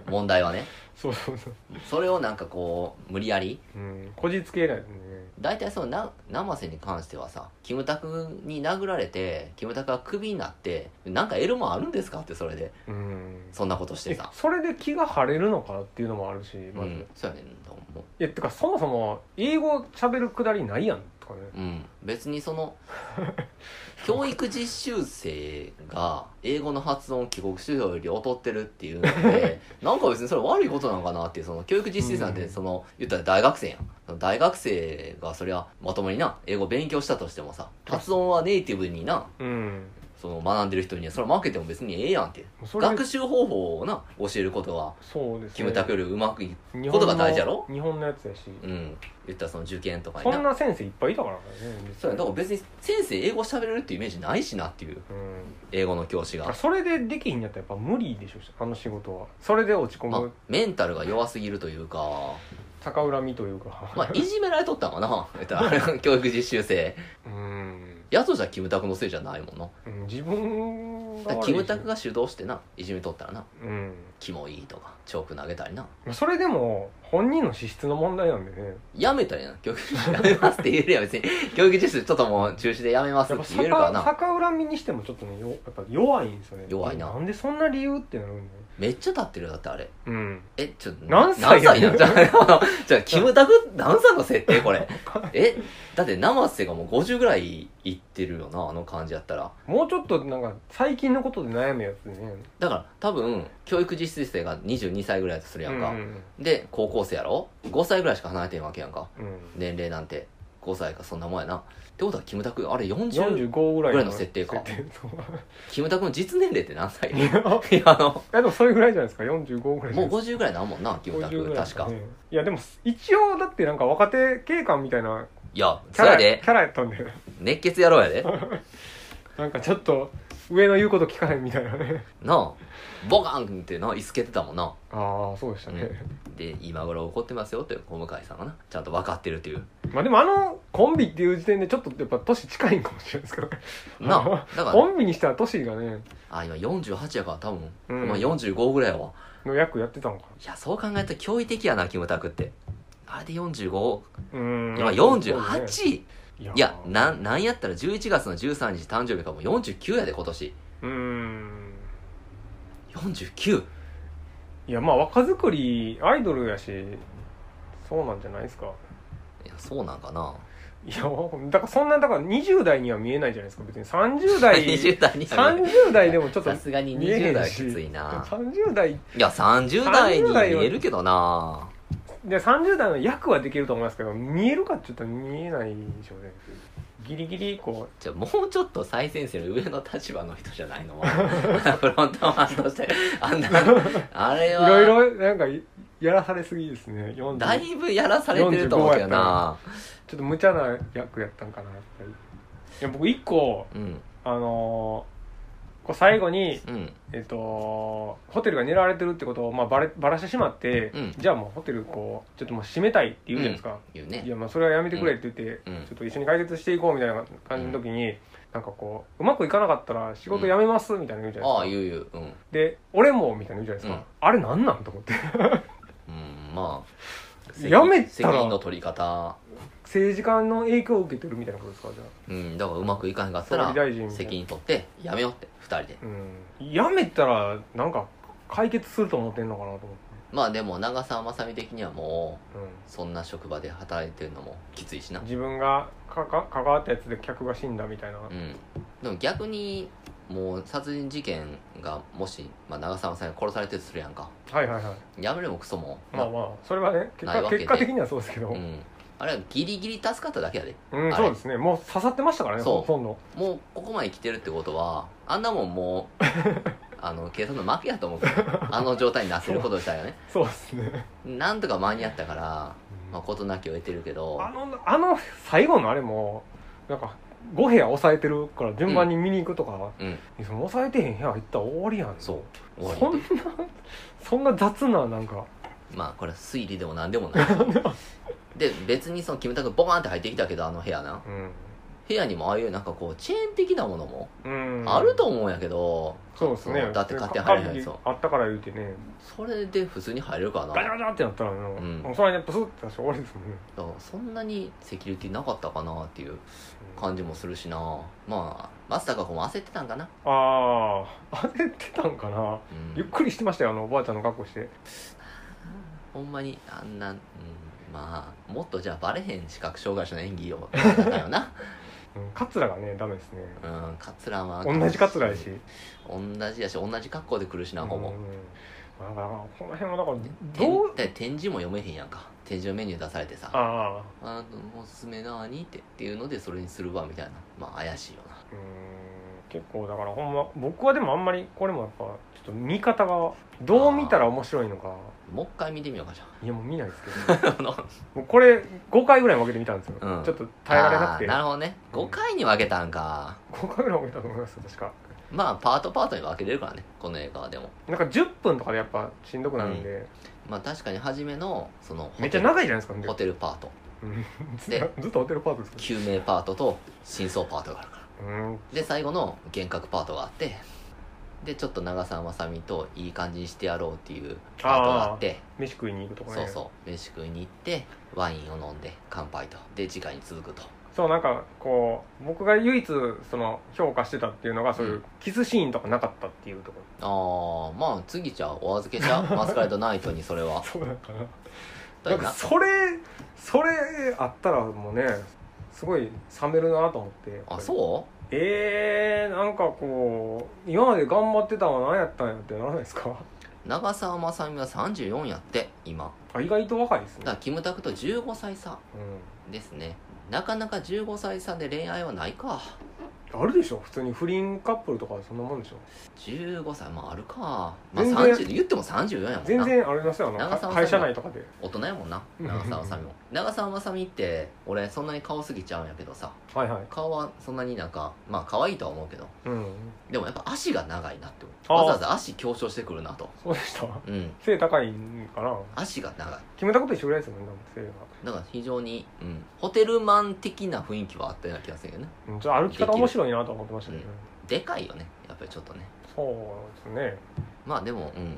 問題はね
そうそうそう、
それをなんかこう無理やり
うん、こじつけられてね
大体そのな生瀬に関してはさキムタクに殴られてキムタクがクビになってなんか得るもんあるんですかってそれで
うん
そんなことして
え
さ
それで気が晴れるのかっていうのもあるし
う
まず、
んそうやねんと思う
えてかそもそも英語喋るくだりないやんとかね
うん別にその 教育実習生が英語の発音を帰国子女より劣ってるっていうの でなんか別にそれ悪いことなのかなっていうその教育実習生なん
う
て
ん
その言ったら大学生やんその大学生がそりゃまともにな英語勉強したとしてもさ発音はネイティブにな
うん
その学んでる人にはそれ負けても別にええやんって
それ
学習方法をな教えることが
そうですね
キムタクよりうまくい
日
こ
本
と
の
が大事やろ
日本のやつやし、
うん言ったらその受験とかに
そ
なん
な先生いっぱいいたからね
そうやだから別に先生英語喋れるっていうイメージないしなっていう
うん
英語の教師が、
それでできひんやったらやっぱ無理でしょあの仕事はそれで落ち込
まあ
む、
メンタルが弱すぎるというか、
逆恨みというか、
まあ、いじめられとったんかな言った ら教育実習生
うん、
やとじゃキムタクのせいじゃないもんな
うん自分
だから
が悪い
キムタクが主導してないじめとったらな
うん
キモいとかチョーク投げたりな
まあそれでも本人の資質の問題なんでね
やめたりな教育実習やめますって言えるやん別に教育実習ちょっともう中止でやめます
や
っ
っぱ
て言えるから
逆
な
逆恨みにしてもちょっとねよやっぱ弱いんですよね
弱いな
なんでそんな理由ってなるんだよ
めっちゃ経ってるよだってあれ
うん
えちょっと
何歳やねん
何歳なんじゃああ のじゃあキムタク何歳の設定こ れえだって生瀬がもう50ぐらいいってるよなあの感じやったら
もうちょっとなんか最近のことで悩むやつね
だから多分教育実習生が22歳ぐらいだとするやんか、
うん
で高校生やろ5歳ぐらいしか離れてんわけやんか
うん
年齢なんて5歳かそんなもんやなってことはキムタクあれ40
45ぐらい
ぐらいの設定か
設定そう
キムタクの実年齢って何歳 い
いや
やあの
でもそれぐらいじゃないですか45ぐらいじゃ
も
な
う
いですか
50ぐらいなんもんなキムタ
50ぐ
ク
らい
確か、
ねいやでも一応だってなんか若手警官みたいない
や
キ
そ
ャ
や
ラ
で
キャラやったんだよね
熱血野郎やで
なんかちょっと上の言うこと聞かないみたいなね
なあボカンってないつけてたもんな
ああそうでしたね、
で今頃怒ってますよって小向井さんがなちゃんと分かってるっていう
まあでもあのコンビっていう時点でちょっとやっぱ年近いんかもしれないですけど
なあだから
コンビにしたら年がね
あ今48やから多分、
うん
まあ45ぐらいやわ
の役やってたのか
いやそう考えると驚異的やなキムタクってあれで45
うん
今
そうですね
48? いや
ー
ななんやったら11月の13日誕生日かもう49やで今年
うん
49
いやまあ若作りアイドルやしそうなんじゃないですか
いやそうなんかない
やだからそんなだから20代には見えないじゃないですか別に30代
20代には見え
30代でもちょっと
さすがに
見え
20
へん
代はき
し
ついな
30代
いや30代に見えるけどな
で30代の役はできると思いますけど見えるかって言ったら見えないでしょうねギリギリこ
じゃあもうちょっと最先線の上の立場の人じゃないの フロントマンとしてあんなあ
うい
れは
ろいろなんかやらされすぎですね40
だいぶやらされてると思うけどな
ちょっと無茶な役やったんかなやっぱりいや僕一個
うん
あのーこう最後に
うん
えっと、ホテルが狙われてるってことを、まあ、バレバラしてしまって、
うん
じゃあもうホテルこうちょっともう閉めたいって言うじゃないですか、
言う
い
ね
やまあそれはやめてくれって言って、
うん
ちょっと一緒に解決していこうみたいな感じの時に、なんかこううまくいかなかったら仕事辞めますみたいなの言うじゃないです
あ
か、
あ言う言ううん
で俺もみたいなの言うじゃないですか、あれなんなんと思って
うんまあ責
やめた
責
ら
任の取り方
政治家の影響を受けてるみたいなことですかじゃ
うんだからうまくいかへんかったら
総理大臣みたいな
責任取ってやめようって2人で
あうん辞めたらなんか解決すると思ってんのかなと思って、
まあでも長澤まさみ的にはも
う、
うそんな職場で働いてるのもきついしなん
自分がかか関わったやつで客が死んだみたいな、
うんでも逆にもう殺人事件がもし、まあ、長澤まさんが殺されてるとするやんか
はいはいはい
やめるもクソも
まあまあそれはね結
ない
果
わけで
結果的にはそうですけど、う
うんん、あれはギリギリ助かっただけやであれ
そうですねもう刺さってましたからね
そう
ほとんど
もうここまで来てるってことはあんなもんも うあの警察の負けやと思うけどあの状態になせること自体がね
そうですね、
なんとか間に合ったからまあ、事なきを得てるけど
あのあの最後のあれもなんか5部屋押さえてるから順番に見に行くとか、
うん
その押さえてへん部屋入ったら終わりやん
そう終わり
そんなそんな雑ななんか
まあこれは推理でも何でもないで別にそのキムタクボーンって入ってきたけどあの部屋な
うん、
部屋にもああいうなんかこうチェーン的なものも
うん、
あると思うんやけど、
そうですね
だって勝手に入れないやつを
鍵あったから言うてね
それで普通に入れるかなだ
ガチ
か
ャガチャってなったらもう、
うん
もうそれはねプスッて出して終わりですもんね
らそんなにセキュリティなかったかなっていう感じもするしなまあ松たか子も焦ってたんかな、
ああ焦ってたんかな
うん
ゆっくりしてましたよあのおばあちゃんの格好して
ほんまにあんな、うん、まあもっとじゃあバレへん視覚障害者の演技をだよな、
うんカツラがねダメですね
うん、カツラは
同じカツラやし
同じやし同じ格好で来るしなほぼ、
うんなんかこの辺はだから
て
どうん
で展示も読めへんやんか展示のメニュー出されてさ「
ああ
あのおすすめなに?」ってっていうのでそれにするわみたいなまあ怪しいよな
うん結構だからほんま僕はでもあんまりこれもやっぱちょっと見方がどう見たら面白いのか
もう一回見てみようかじゃ
いやもう見ないですけど
あ あの
もうこれ5回ぐらい分けて見たんですよ、
うん
ちょっと耐えられなくて
あーなるほどね5回に分けたんか
5回ぐらい分けたと思います確か
まあパートパートに分けれるからねこの映画はでも
なんか10分とかでやっぱしんどくなるんで、
まあ確かに初めのそのホテル
めっちゃ長いじゃないですかほんで
ホテルパート
うんず
で
ずっとホテルパートですけど
救命パートと真相パートがあるから
うん
で最後の幻覚パートがあってでちょっと長澤まさみといい感じにしてやろうっていうパートがあって
飯食いに行くとかね
そうそう飯食いに行ってワインを飲んで乾杯とで次回に続くと
そうなんかこう僕が唯一その評価してたっていうのがそういううキスシーンとかなかったっていうとこ
あ
ろ
あまあ次じゃあお預けちゃうマスカレードナイトにそれは
そうなんかな
だ
な
か
んからそれそれあったらもうねすごい冷めるなと思って
あそ
えー、なんかこう今まで頑張ってたのは何やったんやってならないで すか
う長澤まさみは34やって今
あ意外と若いです
だか
ね
らキムタクと15歳差ですねなかなか15歳差で恋愛はないか
うんあるでしょ普通に不倫カップルとかそんなもんでしょ
15歳まああるかまあ
全然
30言っても34やもんな
全然ありますよあの
長澤さんも
会社内とかで
大人やもんな長澤まさみも長澤まさみって俺そんなに顔すぎちゃうんやけどさ
はいはい
顔はそんなになんかまあ可愛いとは思うけど
うん
でもやっぱ足が長いなって
あー
思うわざわざ足強調してくるなと
そうでした
うん
背高いんかな
足が長い
決めたこと一緒ぐらいですもんね多分背が
だから非常に、うん、ホテルマン的な雰囲気はあったような気がするよね
うんちょっと歩き方面白いなと思ってましたけどね、
でかいよねやっぱりちょっとね
そうですね
まあでもうん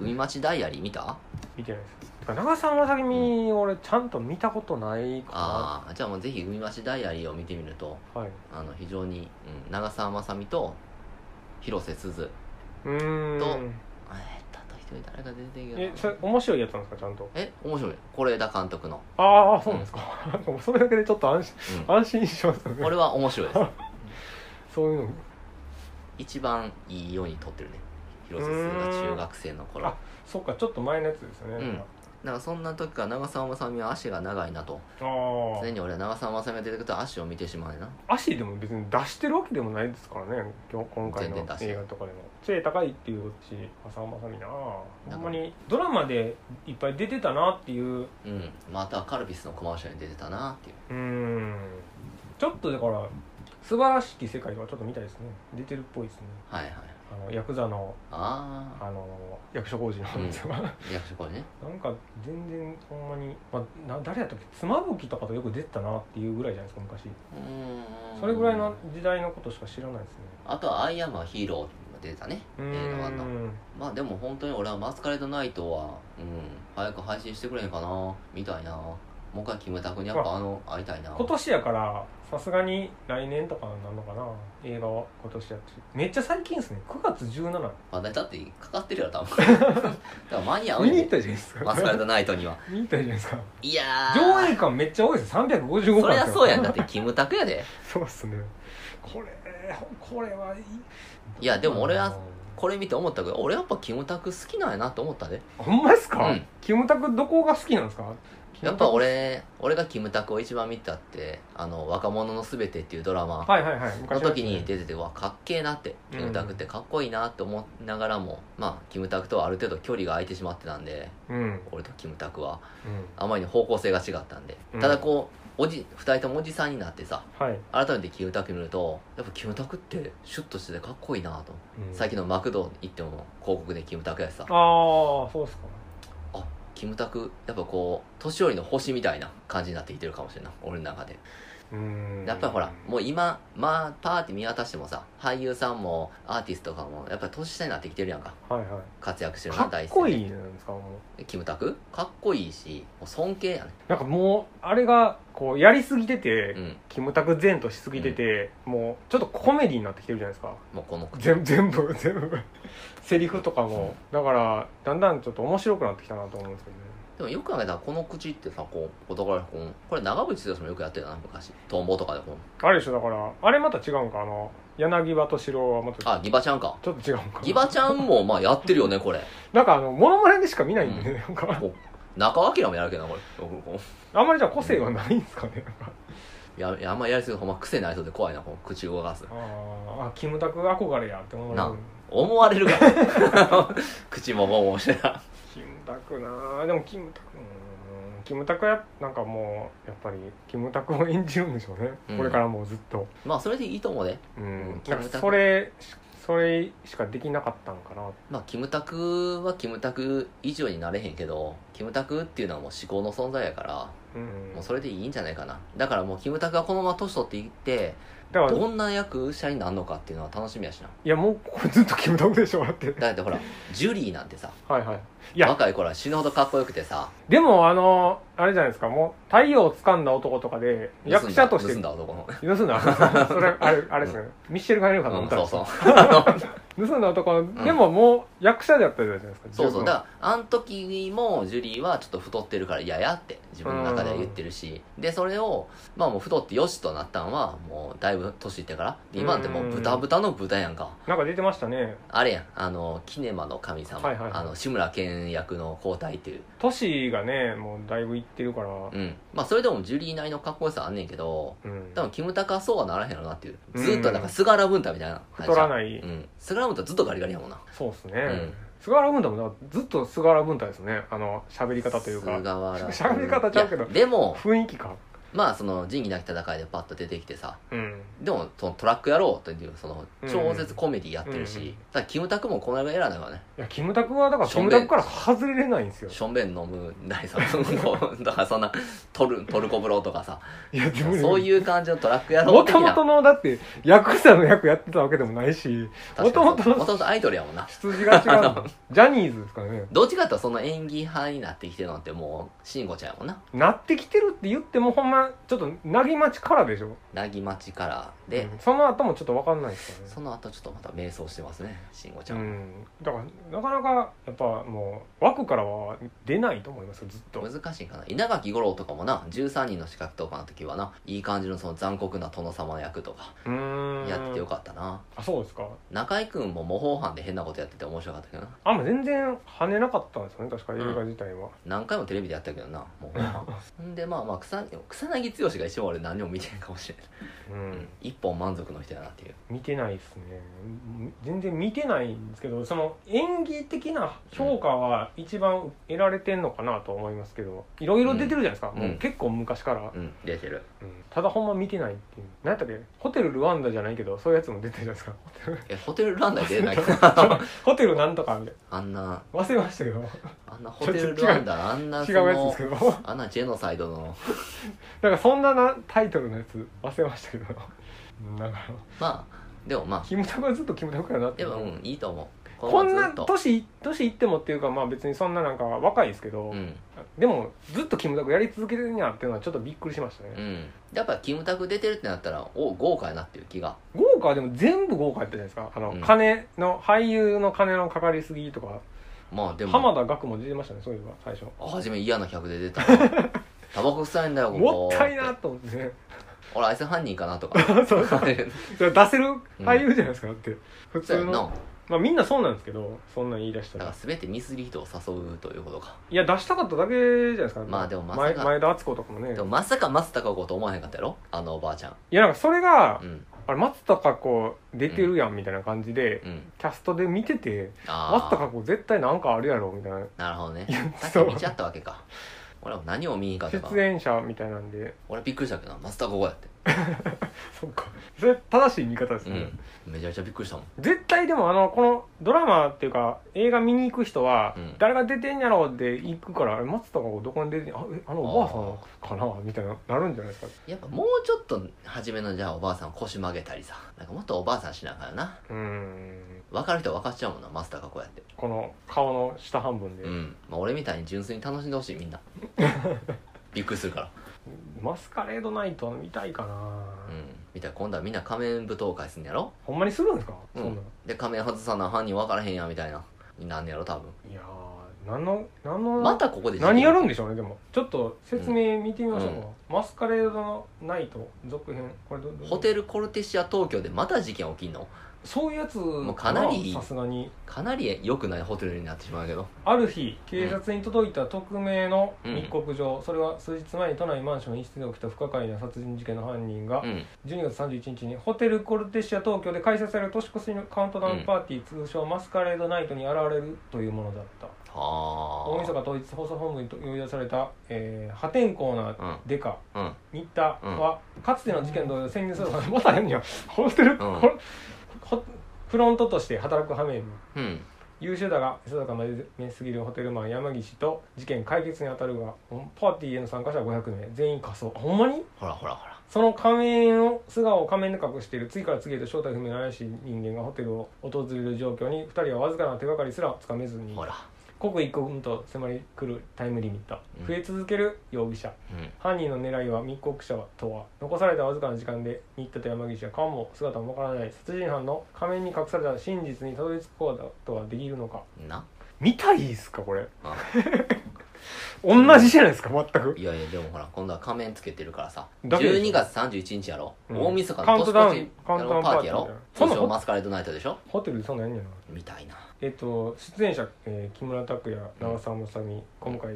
海町ダイアリー見た
見てないですてか長澤まさみ俺ちゃんと見たことないか
ああじゃあもうぜひ海町ダイアリーを見てみると
らはい
あの非常に、うん、長澤まさみと広瀬すず
うーん
とえーっとあと一人誰が出てる
え
け
そ
ど
れ面白いやつなんですかちゃんと
え面白い是枝監督の、
ああそうなんですか、 なんかそれだけでちょっと安心
う
安心しますよ
ん、
ね
これは面白いです
そういうの
一番いいように撮ってるね広瀬すずが中学生の頃
あそっかちょっと前のやつですよね、
うんなんかそんな時から長澤まさみは足が長いなと
あ
常に俺は長澤まさみが出てくると足を見てしまうねんな
あ足でも別に出してるわけでもないですからね今日今回の
全然出してない
映画とかでも背高いっていううち浅間まさみなほんまにドラマでいっぱい出てたなっていう
うんまたはカルピスのコマーシャルに出てたなっていう
うーんちょっとだから素晴らしき世界はちょっと見たいですね出てるっぽいですね
はいはい
あのヤクザの
ああ
あの役所広司のやつは、
役所これね
なんか全然ほんまに、まあ、な誰やったっけ妻夫木とかとよく出てたなっていうぐらいじゃないですか昔
うーん
それぐらいの時代のことしか知らないですね
あとは「アイアムはヒーロー」が出てたね
う
映画
ー
版の
ん
まあでも本当に俺は「マスカレードナイトは」うん早く配信してくれへんかなみたいなもう一回キムタクにやっぱあの会いたいな
今年やからさすがに来年とかになるのかな映画は今年やってめっちゃ最近ですね9月17
まあだってかかってるよ多 分だから間に合う
見
よ
に行っ
ね
たじゃないですか
マスカレードナイトには
見に行ったじゃないですか
いやー
上映館めっちゃ多いです355
そ
館
り
です
ゃ
よ
そうやんだってキムタクやで
そうっすねこれこれはいい
いやでも俺はこれ見て思ったけど俺やっぱキムタク好きなんやなって思ったで
ほんまですか、
うん
キムタクどこが好きなんですか
やっぱ俺俺がキムタクを一番見たって「あの若者のすべて」っていうドラマ
はいはいはい
の
昔
時に
やつね
出ててうわかっけえなって
う
キ
ん
ムタクってかっこいいなって思いながらもまあキムタクとはある程度距離が空いてしまってたんで
うん、うん
俺とキムタクはあまりに方向性が違ったんで
うん
ただこうおじ2人ともおじさんになってさ
はい、
改めてキムタク見るとやっぱキムタクってシュッとしててかっこいいなと
うん
最近のマクド行っても広告でキムタクやしさ
ああそうですか
あキムタクやっぱこう年寄りの星みたいな感じになってきてるかもしれんない俺の中で
うん
やっぱりほらもう今まあパーって見渡してもさ俳優さんもアーティストとかもやっぱり年下になってきてるやんか
はいは
活躍して
い
る
か
の
っ
大
こ
い
いいなんですかもう
キムタクかっこいいしもう尊敬やね
なんかもうあれがこうやりすぎてて、
うん
キムタク前としすぎてて、もうちょっとコメディになってきてるじゃないですか
もうこの
全 全部全部セリフとかもだからだんだんちょっと面白くなってきたなと思うんですけどね
でもよく考えたらこの口ってさこう男からこうこれ長渕剛もよくやってるよな昔トンボとかでこう
あれでしょだからあれまた違うんかあの柳葉敏郎はまた
あギバちゃんか
ちょっと違うんか
ギバちゃんもまあやってるよねこれ
なんかあのモノマネでしか見ないんでね、
う
なんか
こう中明もやるけどなこれ僕こう
あんまりじゃあ個性はないんですかねなんか
ややあんまりやりすぎるとほんま癖になりそうで怖いなこう口動かす
あーあキムタク憧れやって思われ
な
る
思われるから 口もももしてた
キムタクなあでもキムタクうーんキムタクやなんかもうやっぱりキムタクを演じるんでしょうね、
うん
これからもうずっと
まあそれでいいと思うね
うん、
うんキ
な
ムタク
んかそれそれしかできなかったんかな
まあキムタクはキムタク以上になれへんけどキムタクっていうのはもう思考の存在やから
うん
もううそれでいいんじゃないかなだからもうキムタクがこのまま年取っていって
だから
どんな役者になるのかっていうのは楽しみやしない
やもうこれずっとキムタクでしょ だって
だってほらジュリーなんてさ
はいはいいや
若い頃は死ぬほどかっこよくてさ
でもあのあれじゃないですかもう太陽を掴んだ男とかで役者として
盗んだ盗んだ男の
盗ん だそれあれあれですね、ミッシェル・ガイルかと
う
思
ん
った
そ
ら
うそう
盗んだ男、でももう役者だったじゃないですか
そうそう
十分
だからあの時にもジュリーはちょっと太ってるから嫌やって自分の中では言ってるしでそれをまあもう太ってよしとなったんはもうだいぶ年いってからで今ってもう豚豚の豚やんか
なんか出てましたね
あれやんあのキネマの神様、
はいはいはい
あの志村けん役の交代っていう
都市がねもうだいぶいってるから、う
うんまあそれでもジュリーなりのかっこよさあんねんけど
ん、
多分キムタクはそうはならへんやろなっていうずっとなんか菅原文太みたいな感じ
太らない、
うん菅原文太ずっとガリガリやもんな
そうですね、
ん
菅原文太もだからずっと菅原文太ですねあの喋り方という
菅
か
原
喋り方ちゃうけど
いやでも
雰囲気か
まあその仁義なき戦いでパッと出てきてさ
うん
でもそのトラックやろうっていうその
うん
超絶コメディやってるし、
うん
ただキムタクもこの間選んだよね
いやキムタクはだからキムタクから外れれないんですよ
しょんべん飲むなりさ こうだからそんなトルトルコ風呂とかさ
いやでも
そういう感じのトラックやろ
も
う的
と
な
もとのだって役者の役やってたわけでもないしも
確か
と
に
もとの
もともとアイドルやもんな
出自が違うのジャニーズですからね
どっちかっていうとその演技派になってきてるのってもう慎吾ちゃんやもんな
なってきてるって言ってもほんまちょっとなぎ町からでしょ
なぎまちからで、
うんその後もちょっと分かんないですからね
その後ちょっとまた迷走してますね慎吾ち
う
ゃん、
ん、だからなかなかやっぱもう枠からは出ないと思いますよずっと
難しいかな稲垣吾郎とかもな13人の資格とかの時はないい感じのその残酷な殿様の役とか
うーん
やっててよかったな、
あそうですか
中居君も模倣犯で変なことやってて面白かったけどな
あんま全然跳ねなかったんですよね確か映画自体は、
何回もテレビでやったけどな模倣犯 んでまあまあ草草薙剛が一番俺何も見てないかもしれない、
うん
うん一本満足の人やなっていう
見てないですねうん全然見てないんですけどその演技的な評価は一番得られてんのかなと思いますけどいろいろ出てるじゃないですか、
うん
もううん結構昔から、
うん出てる
うんただほんま見てないっていう何やったっけホテルルワンダじゃないけどそういうやつも出てるじゃないですかホテル
えホテルランダー出てない
ホテルなんとかみたい
あんな
な忘れましたけど
あんなホテルランダーあんな
違
そう
やつで
の
すけど
あんなジェノサイドの
なんかそんななタイトルのやつ忘れましたけど なんか
まあでもま
キムタクはずっとキムタクやなっ
あ
て
でもうんいいと思う
こん
まま
な
ずっと
年年いってもっていうかまあ別にそんななんか若いですけど、
うん
でもずっとキムタクやり続けてるんやっていうのはちょっとびっくりしました
う
ね、
んやっぱキムタク出てるってなったらお豪華やなっていう気が
豪華はでも全部豪華やったじゃないですかあの、
うん
金の俳優の金のかかりすぎとか
まあでも
浜田岳も出てましたねそういえば最初
あ初め嫌な客で出た なタバコ臭いんだよここ
もったいなと 思ってね
俺あいつ犯人かなとか
そうそうそれ出せる俳優じゃないですか、だって
そ
普
う
通
やんな
の、まあ、みんなそうなんですけどそんなん言い出した
だからら全てミスリードを誘うということか
いや出したかっただけじゃないですか
まあでもまさ
前
か
前田敦子とかもね
でもまさか松たか子と思わへんかったやろあのおばあちゃん
いやなんかそれが、
うん
あれ松たか子出てるやんみたいな感じで、
うん
キャストで見てて松
あ
たか子絶対なんかあるやろみたいな
あなるほどねさっ
そう
き見ちゃったわけか俺も何を見に行かんとか
出演者みたいな んで
俺びっくりしたけどな松たか子やって
そっかそれ正しい見方です
う
ね、
んめちゃめちゃびっくりしたもん
絶対でもあのこのドラマっていうか映画見に行く人は、
うん
誰が出てんやろうって行くからあれ松たか子どこに出てんあえあのおばあさんかなみたいななるんじゃないですか
やっぱもうちょっと初めのじゃあおばあさん腰曲げたりさなんかもっとおばあさんしなあかんよな
うーん
分かる人は分かっちゃうもんな松たか子やって
この顔の下半分で、
うん、まあ、俺みたいに純粋に楽しんでほしい みんなびっくりするから
マスカレードナイトは見たいかな、
うんみたいな今度はみんな仮面舞踏会すんねやろ、
ほんまにするんですか、
う
そ
ん
んなん、
で仮面外さな犯人分からへんやみたいなになんねやろ多分
いやー何の何の
またここで
何やるん
で
でしょうねでもちょっと説明見てみましょうか、マスカレードのナイト続編これどど
ホテルコルテシア東京でまた事件起きんの
そういうやつも
うかなり
さすがに
かなり良くないホテルになってしまうけど
ある日警察に届いた匿名の
うん
密告状、それは数日前に都内マンション一室で起きた不可解な殺人事件の犯人が
うん
12月31日にホテルコルテシア東京で開催される年越しのカウントダウンパーティー、通称マスカレードナイトに現れるというものだった大
は
晦日当日放送本部に呼び出された、えー破天荒な
あ
デカ
うんうん
新田は、かつての事件同様潜入するのがまた変にはホテル、
ん
ホホフロントとして働く羽目に
うん
優秀だが世だか真面目すぎるホテルマン山岸と事件解決に当たるがパーティーへの参加者は500名全員仮装あほんまに
ほらほらほら
その仮面を素顔を仮面で隠している次から次へと正体不明の怪しい人間がホテルを訪れる状況に2人はわずかな手がかりすらつかめずに
ほら
刻一刻と迫りくるタイムリミット
うん
増え続ける容疑者、
うん
犯人の狙いは密告者とは残されたわずかな時間で新田と山岸は顔も姿もわからない殺人犯の仮面に隠された真実にたどり着くことはできるのか
な
見たいですかこれ
あ
同じじゃないですか全く
いやいやでもほら今度は仮面つけてるからさ
だけでしょ
12月31日やろ、
うん
大晦日
カ
の
ウン
年
トダウン
越し
カウントダウン
パーティーやろ
パーティーみた
通
いなそん
称
な
マスカレードナイトでしょ
ホテルでそんなんやんねやな
みたいな
えっと出演者、えー木村拓哉長澤まさみ今回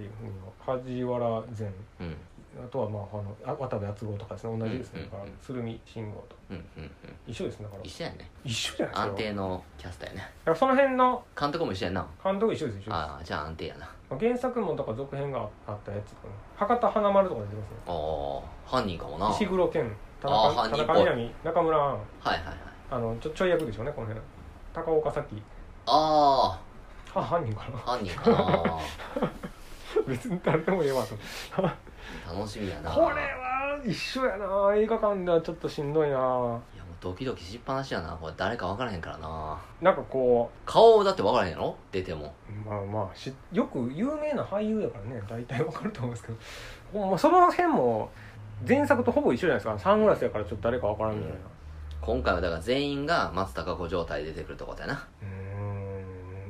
梶原善
うん
あとはまああのあ渡部篤郎とかですね同じですね、
うんうんうん
鶴見慎吾と
うんうんうん
一緒ですねだから
一緒やね
一緒じゃないですか
安定のキャスターやね
だからその辺の
監督も一緒やな
監督一緒です一緒です
ああじゃあ安定やな
まあ原作もとか続編があったやつかな博多華丸とか出てますね
ああ犯人かもなはい
石黒賢田
あー
中
犯
田
人っぽ
中
い
みな実中村アン
はいはい
あのちょちょい役でしょうねこの辺高岡早紀
あ
あ犯人か
あ
な
犯人かな
別に誰でもええわと
楽しみやな
これは一緒やな映画館ではちょっとしんどいない
やもうドキドキしっぱなしやなこれ誰か分からへんからな
なんかこ
顔だって分からへんやろ出ても
うまあまあしよく有名な俳優やからね大体わかると思うんですけどほんまその辺も前作とほぼ一緒じゃないですかサングラスやからちょっと誰かわからんみたいな
今回はだから全員が松たか子状態で出てくるってことやな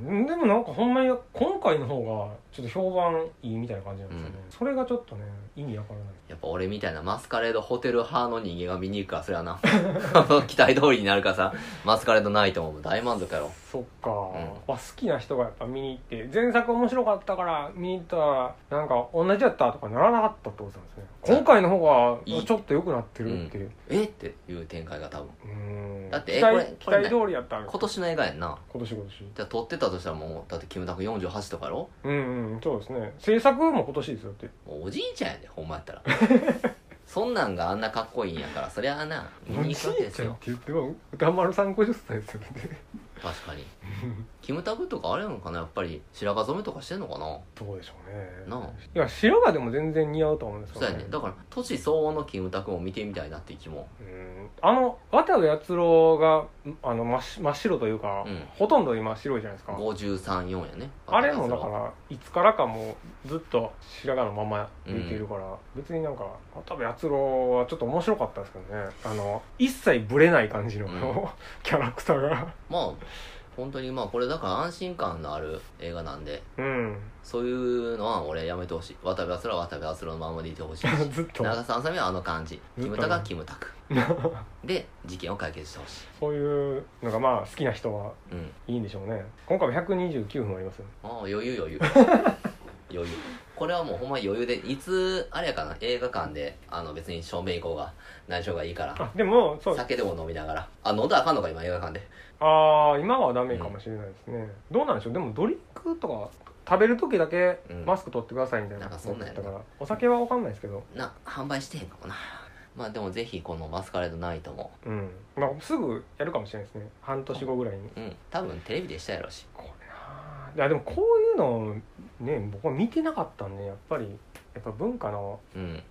うーんでもなんかほんまに今回の方がちょっと評判いいみたいな感じなんですよね、それがちょっとね意味わからない
やっぱ俺みたいなマスカレードホテル派の人間が見に行くからそれはな 期待通りになるからさマスカレードないと思う大満足やろ
そっか、
ん
まあ好きな人がやっぱ見に行って前作面白かったから見に行ったらなんか同じやったとかならなかったってことなんですね今回の方
い
が
い
ちょっと良くなってるっていう
えっていう展開が多分
うーん
だって
期
え
待期
これこれね
待通りやった
今年の映画やんな
今年今年
じゃあ撮ってたとしたらもうだってキムタク48とかやろ
うんうんそうですね制作も今年ですよって
もうおじいちゃんやでほんまや ったらそんなんがあんなかっこいいんやからそりゃあな見に行くわけですよ
おじいちゃんって言っても歌丸さん50歳ですよね
確かに キムタクとかあれなのかなやっぱり白髪染めとかしてんのかな
どうでしょうね
なあ
いや白がでも全然似合うと思うんです
そ
よ
うやねだから年相応のキムタクも見てみたいなっていう気も
うんあの渡部篤郎があの真っ真っ白というか、
うん
ほとんど今白いじゃないですか
534やね
あれもだからいつからかもうずっと白髪のまま浮いているから、別になんか渡部篤郎はちょっと面白かったですけどねあの一切ブレない感じの、
うん
キャラクターが
まあ本当にまあこれだから安心感のある映画なんで
うん
そういうのは俺やめてほしい渡部篤郎は渡部篤郎のままでいてほしいし
ずっと
長澤まさみはあの感じ
ずっとね
キムタクはキムタ クで事件を解決してほしい
そういうのがまあ好きな人は
うん
いいんでしょうね今回は129分ありますよね
ああ余裕 余裕余裕これはもうほんま余裕でいつあれやかな映画館であの別に正面行こうが内緒がいいから
あでもそう
酒でも飲みながらあ飲んだらあかんのか今映画館で
ああ今はダメかもしれないですね、どうなんでしょうでもドリンクとか食べる時だけ
うん
マスク取ってくださいみたいな
なんかそんなんや
だ
な
からお酒は分かんないですけど
な販売してへんかもなまあでもぜひこのマスカレードナイトも
うんまあすぐやるかもしれないですね半年後ぐらいに
うん多分テレビでしたやろうし
これないやでもこういうのね僕は見てなかったんでやっぱりやっぱ文化の、
うん
うん、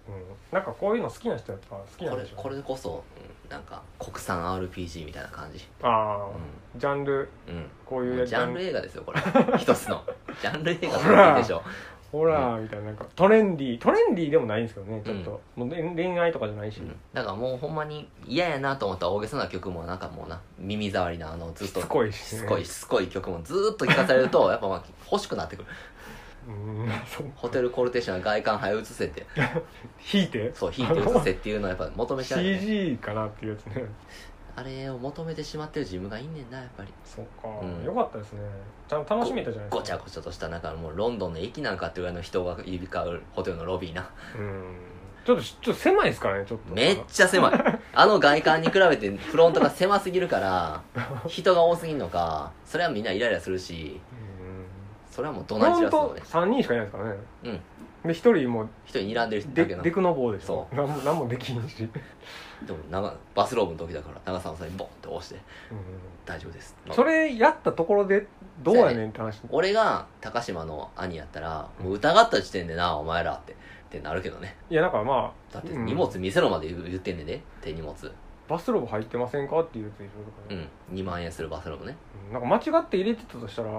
なんかこういうの好きな人やっぱ好きな
こ
ん
れ
でしょうね
これこそ、うんなんか国産 RPG みたいな感じ
ああ、
う
ジャンル
ん、うん
こういう
もう
や
ジャンル映画ですよ これ一つのジャンル映画と言うでしょ
ホラーみたいななんかトレンディートレンディーでもないんですけどねちょっと、もう恋恋愛とかじゃないし、
うんだからもうほんまに嫌やなと思った大げさな曲もなんかもうな耳障りなあのずっ
し
と
つこいし、
し
ね、
つこいしつこい曲もずーっと聴かされる とやっぱまあ欲しくなってくる
うんそう
ホテルコルテーションの外観早移せって
引いて
そう引いて移せっていうのはやっぱ求めちゃう よね、
CG かなっていうやつね
あれを求めてしまってる自分がいんねんなやっぱり
そっか、
うん
よかったですねちゃんと楽しめたじゃないですか
ごちゃごちゃとした中もうロンドンの駅なんかっていうぐらいの人が行き交うホテルのロビー な
うんちょっとちょっと狭いですからねちょっと
めっちゃ狭いあの外観に比べてフロントが狭すぎるから人が多すぎるのかそれはみんなイライラするし
うん
それはもうど
フ
ない
ロ
散ら
ン
すの
ト
ね
3人しかいないですからね
うん
で一人もう
人睨んでるだ
で
けな
デクノボーでしょ
そ
何も何もできんし、うん、
でも長バスローブの時だから長澤まさんにボンって押して「大丈夫です」
それやったところでどうやねんって話
俺が高島の兄やったらもう疑った時点でなお前らってってなるけどね
いやだからまあ
だって
うん
荷物見せろまで言う言ってんねんで手荷物
バスローブ入ってませんかっていうやつでし
う
ょだか
ん2万円するバスローブね
らうんなんか間違って入れてたとしたら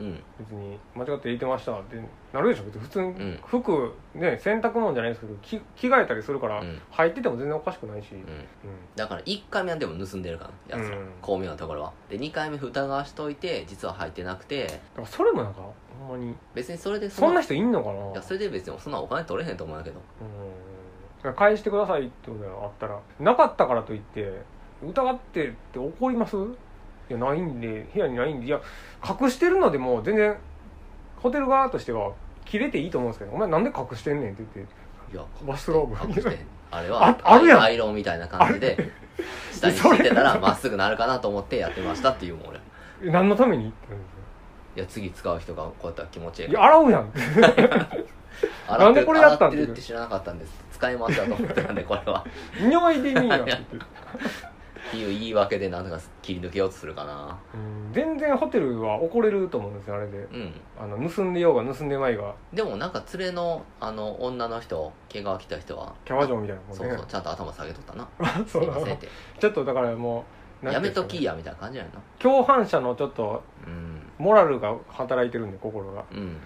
うん
別に間違って入れてましたってなるでしょ別に普通に
ん
服ね洗濯物じゃないですけど着着替えたりするから
うん
入ってても全然おかしくないし、うん
うんだから1回目はでも盗んでるからやつら、
うん
巧妙なところはで2回目疑わしといて実は入ってなくて
だからそれもなんかほんまに
別にそれで
そんな
人
人いんのかない
やそれで別にそんなお金取れへんと思うんだけど
うん返してくださいってことがあったらなかったからといって疑ってって怒りますいやないんで部屋にないんでいや隠してるのでもう全然ホテル側としては切れていいと思うんですけどお前なんで隠してんねんって言って
いや
バスローブ
隠してあれ
あ
は
あるやん
アイロンみたいな感じで下に敷いてたらまっすぐなるかなと思ってやってましたっていうもん俺い
え 何のためにって言うんですよ
や次使う人がこうやったら気持ちいい
い
か
や
ら
洗うやん
洗
なんでこれやったん
ってる洗ってるって知らなかったんです使いましたと思ってたんでこれは
匂いでいいやんって言って
っていう言い訳でなんとか切り抜けようとするかな
うん全然ホテルは怒れると思うんですよあれで
うん
あの盗んでようが盗んでまいが
でもなんか連れのあの女の人怪我来た人は
キャバ嬢みたいなもんね
そうそうちゃんと頭下げとったなす
そう
い
な
ま
の
せんって
ちょっとだからもうなん
や
て
め
いうんですか
と
ね
きやみたいな感じやな
共犯者のちょっと
うん
モラルが働いてるんで心が、
うん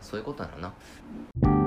そういうことなのな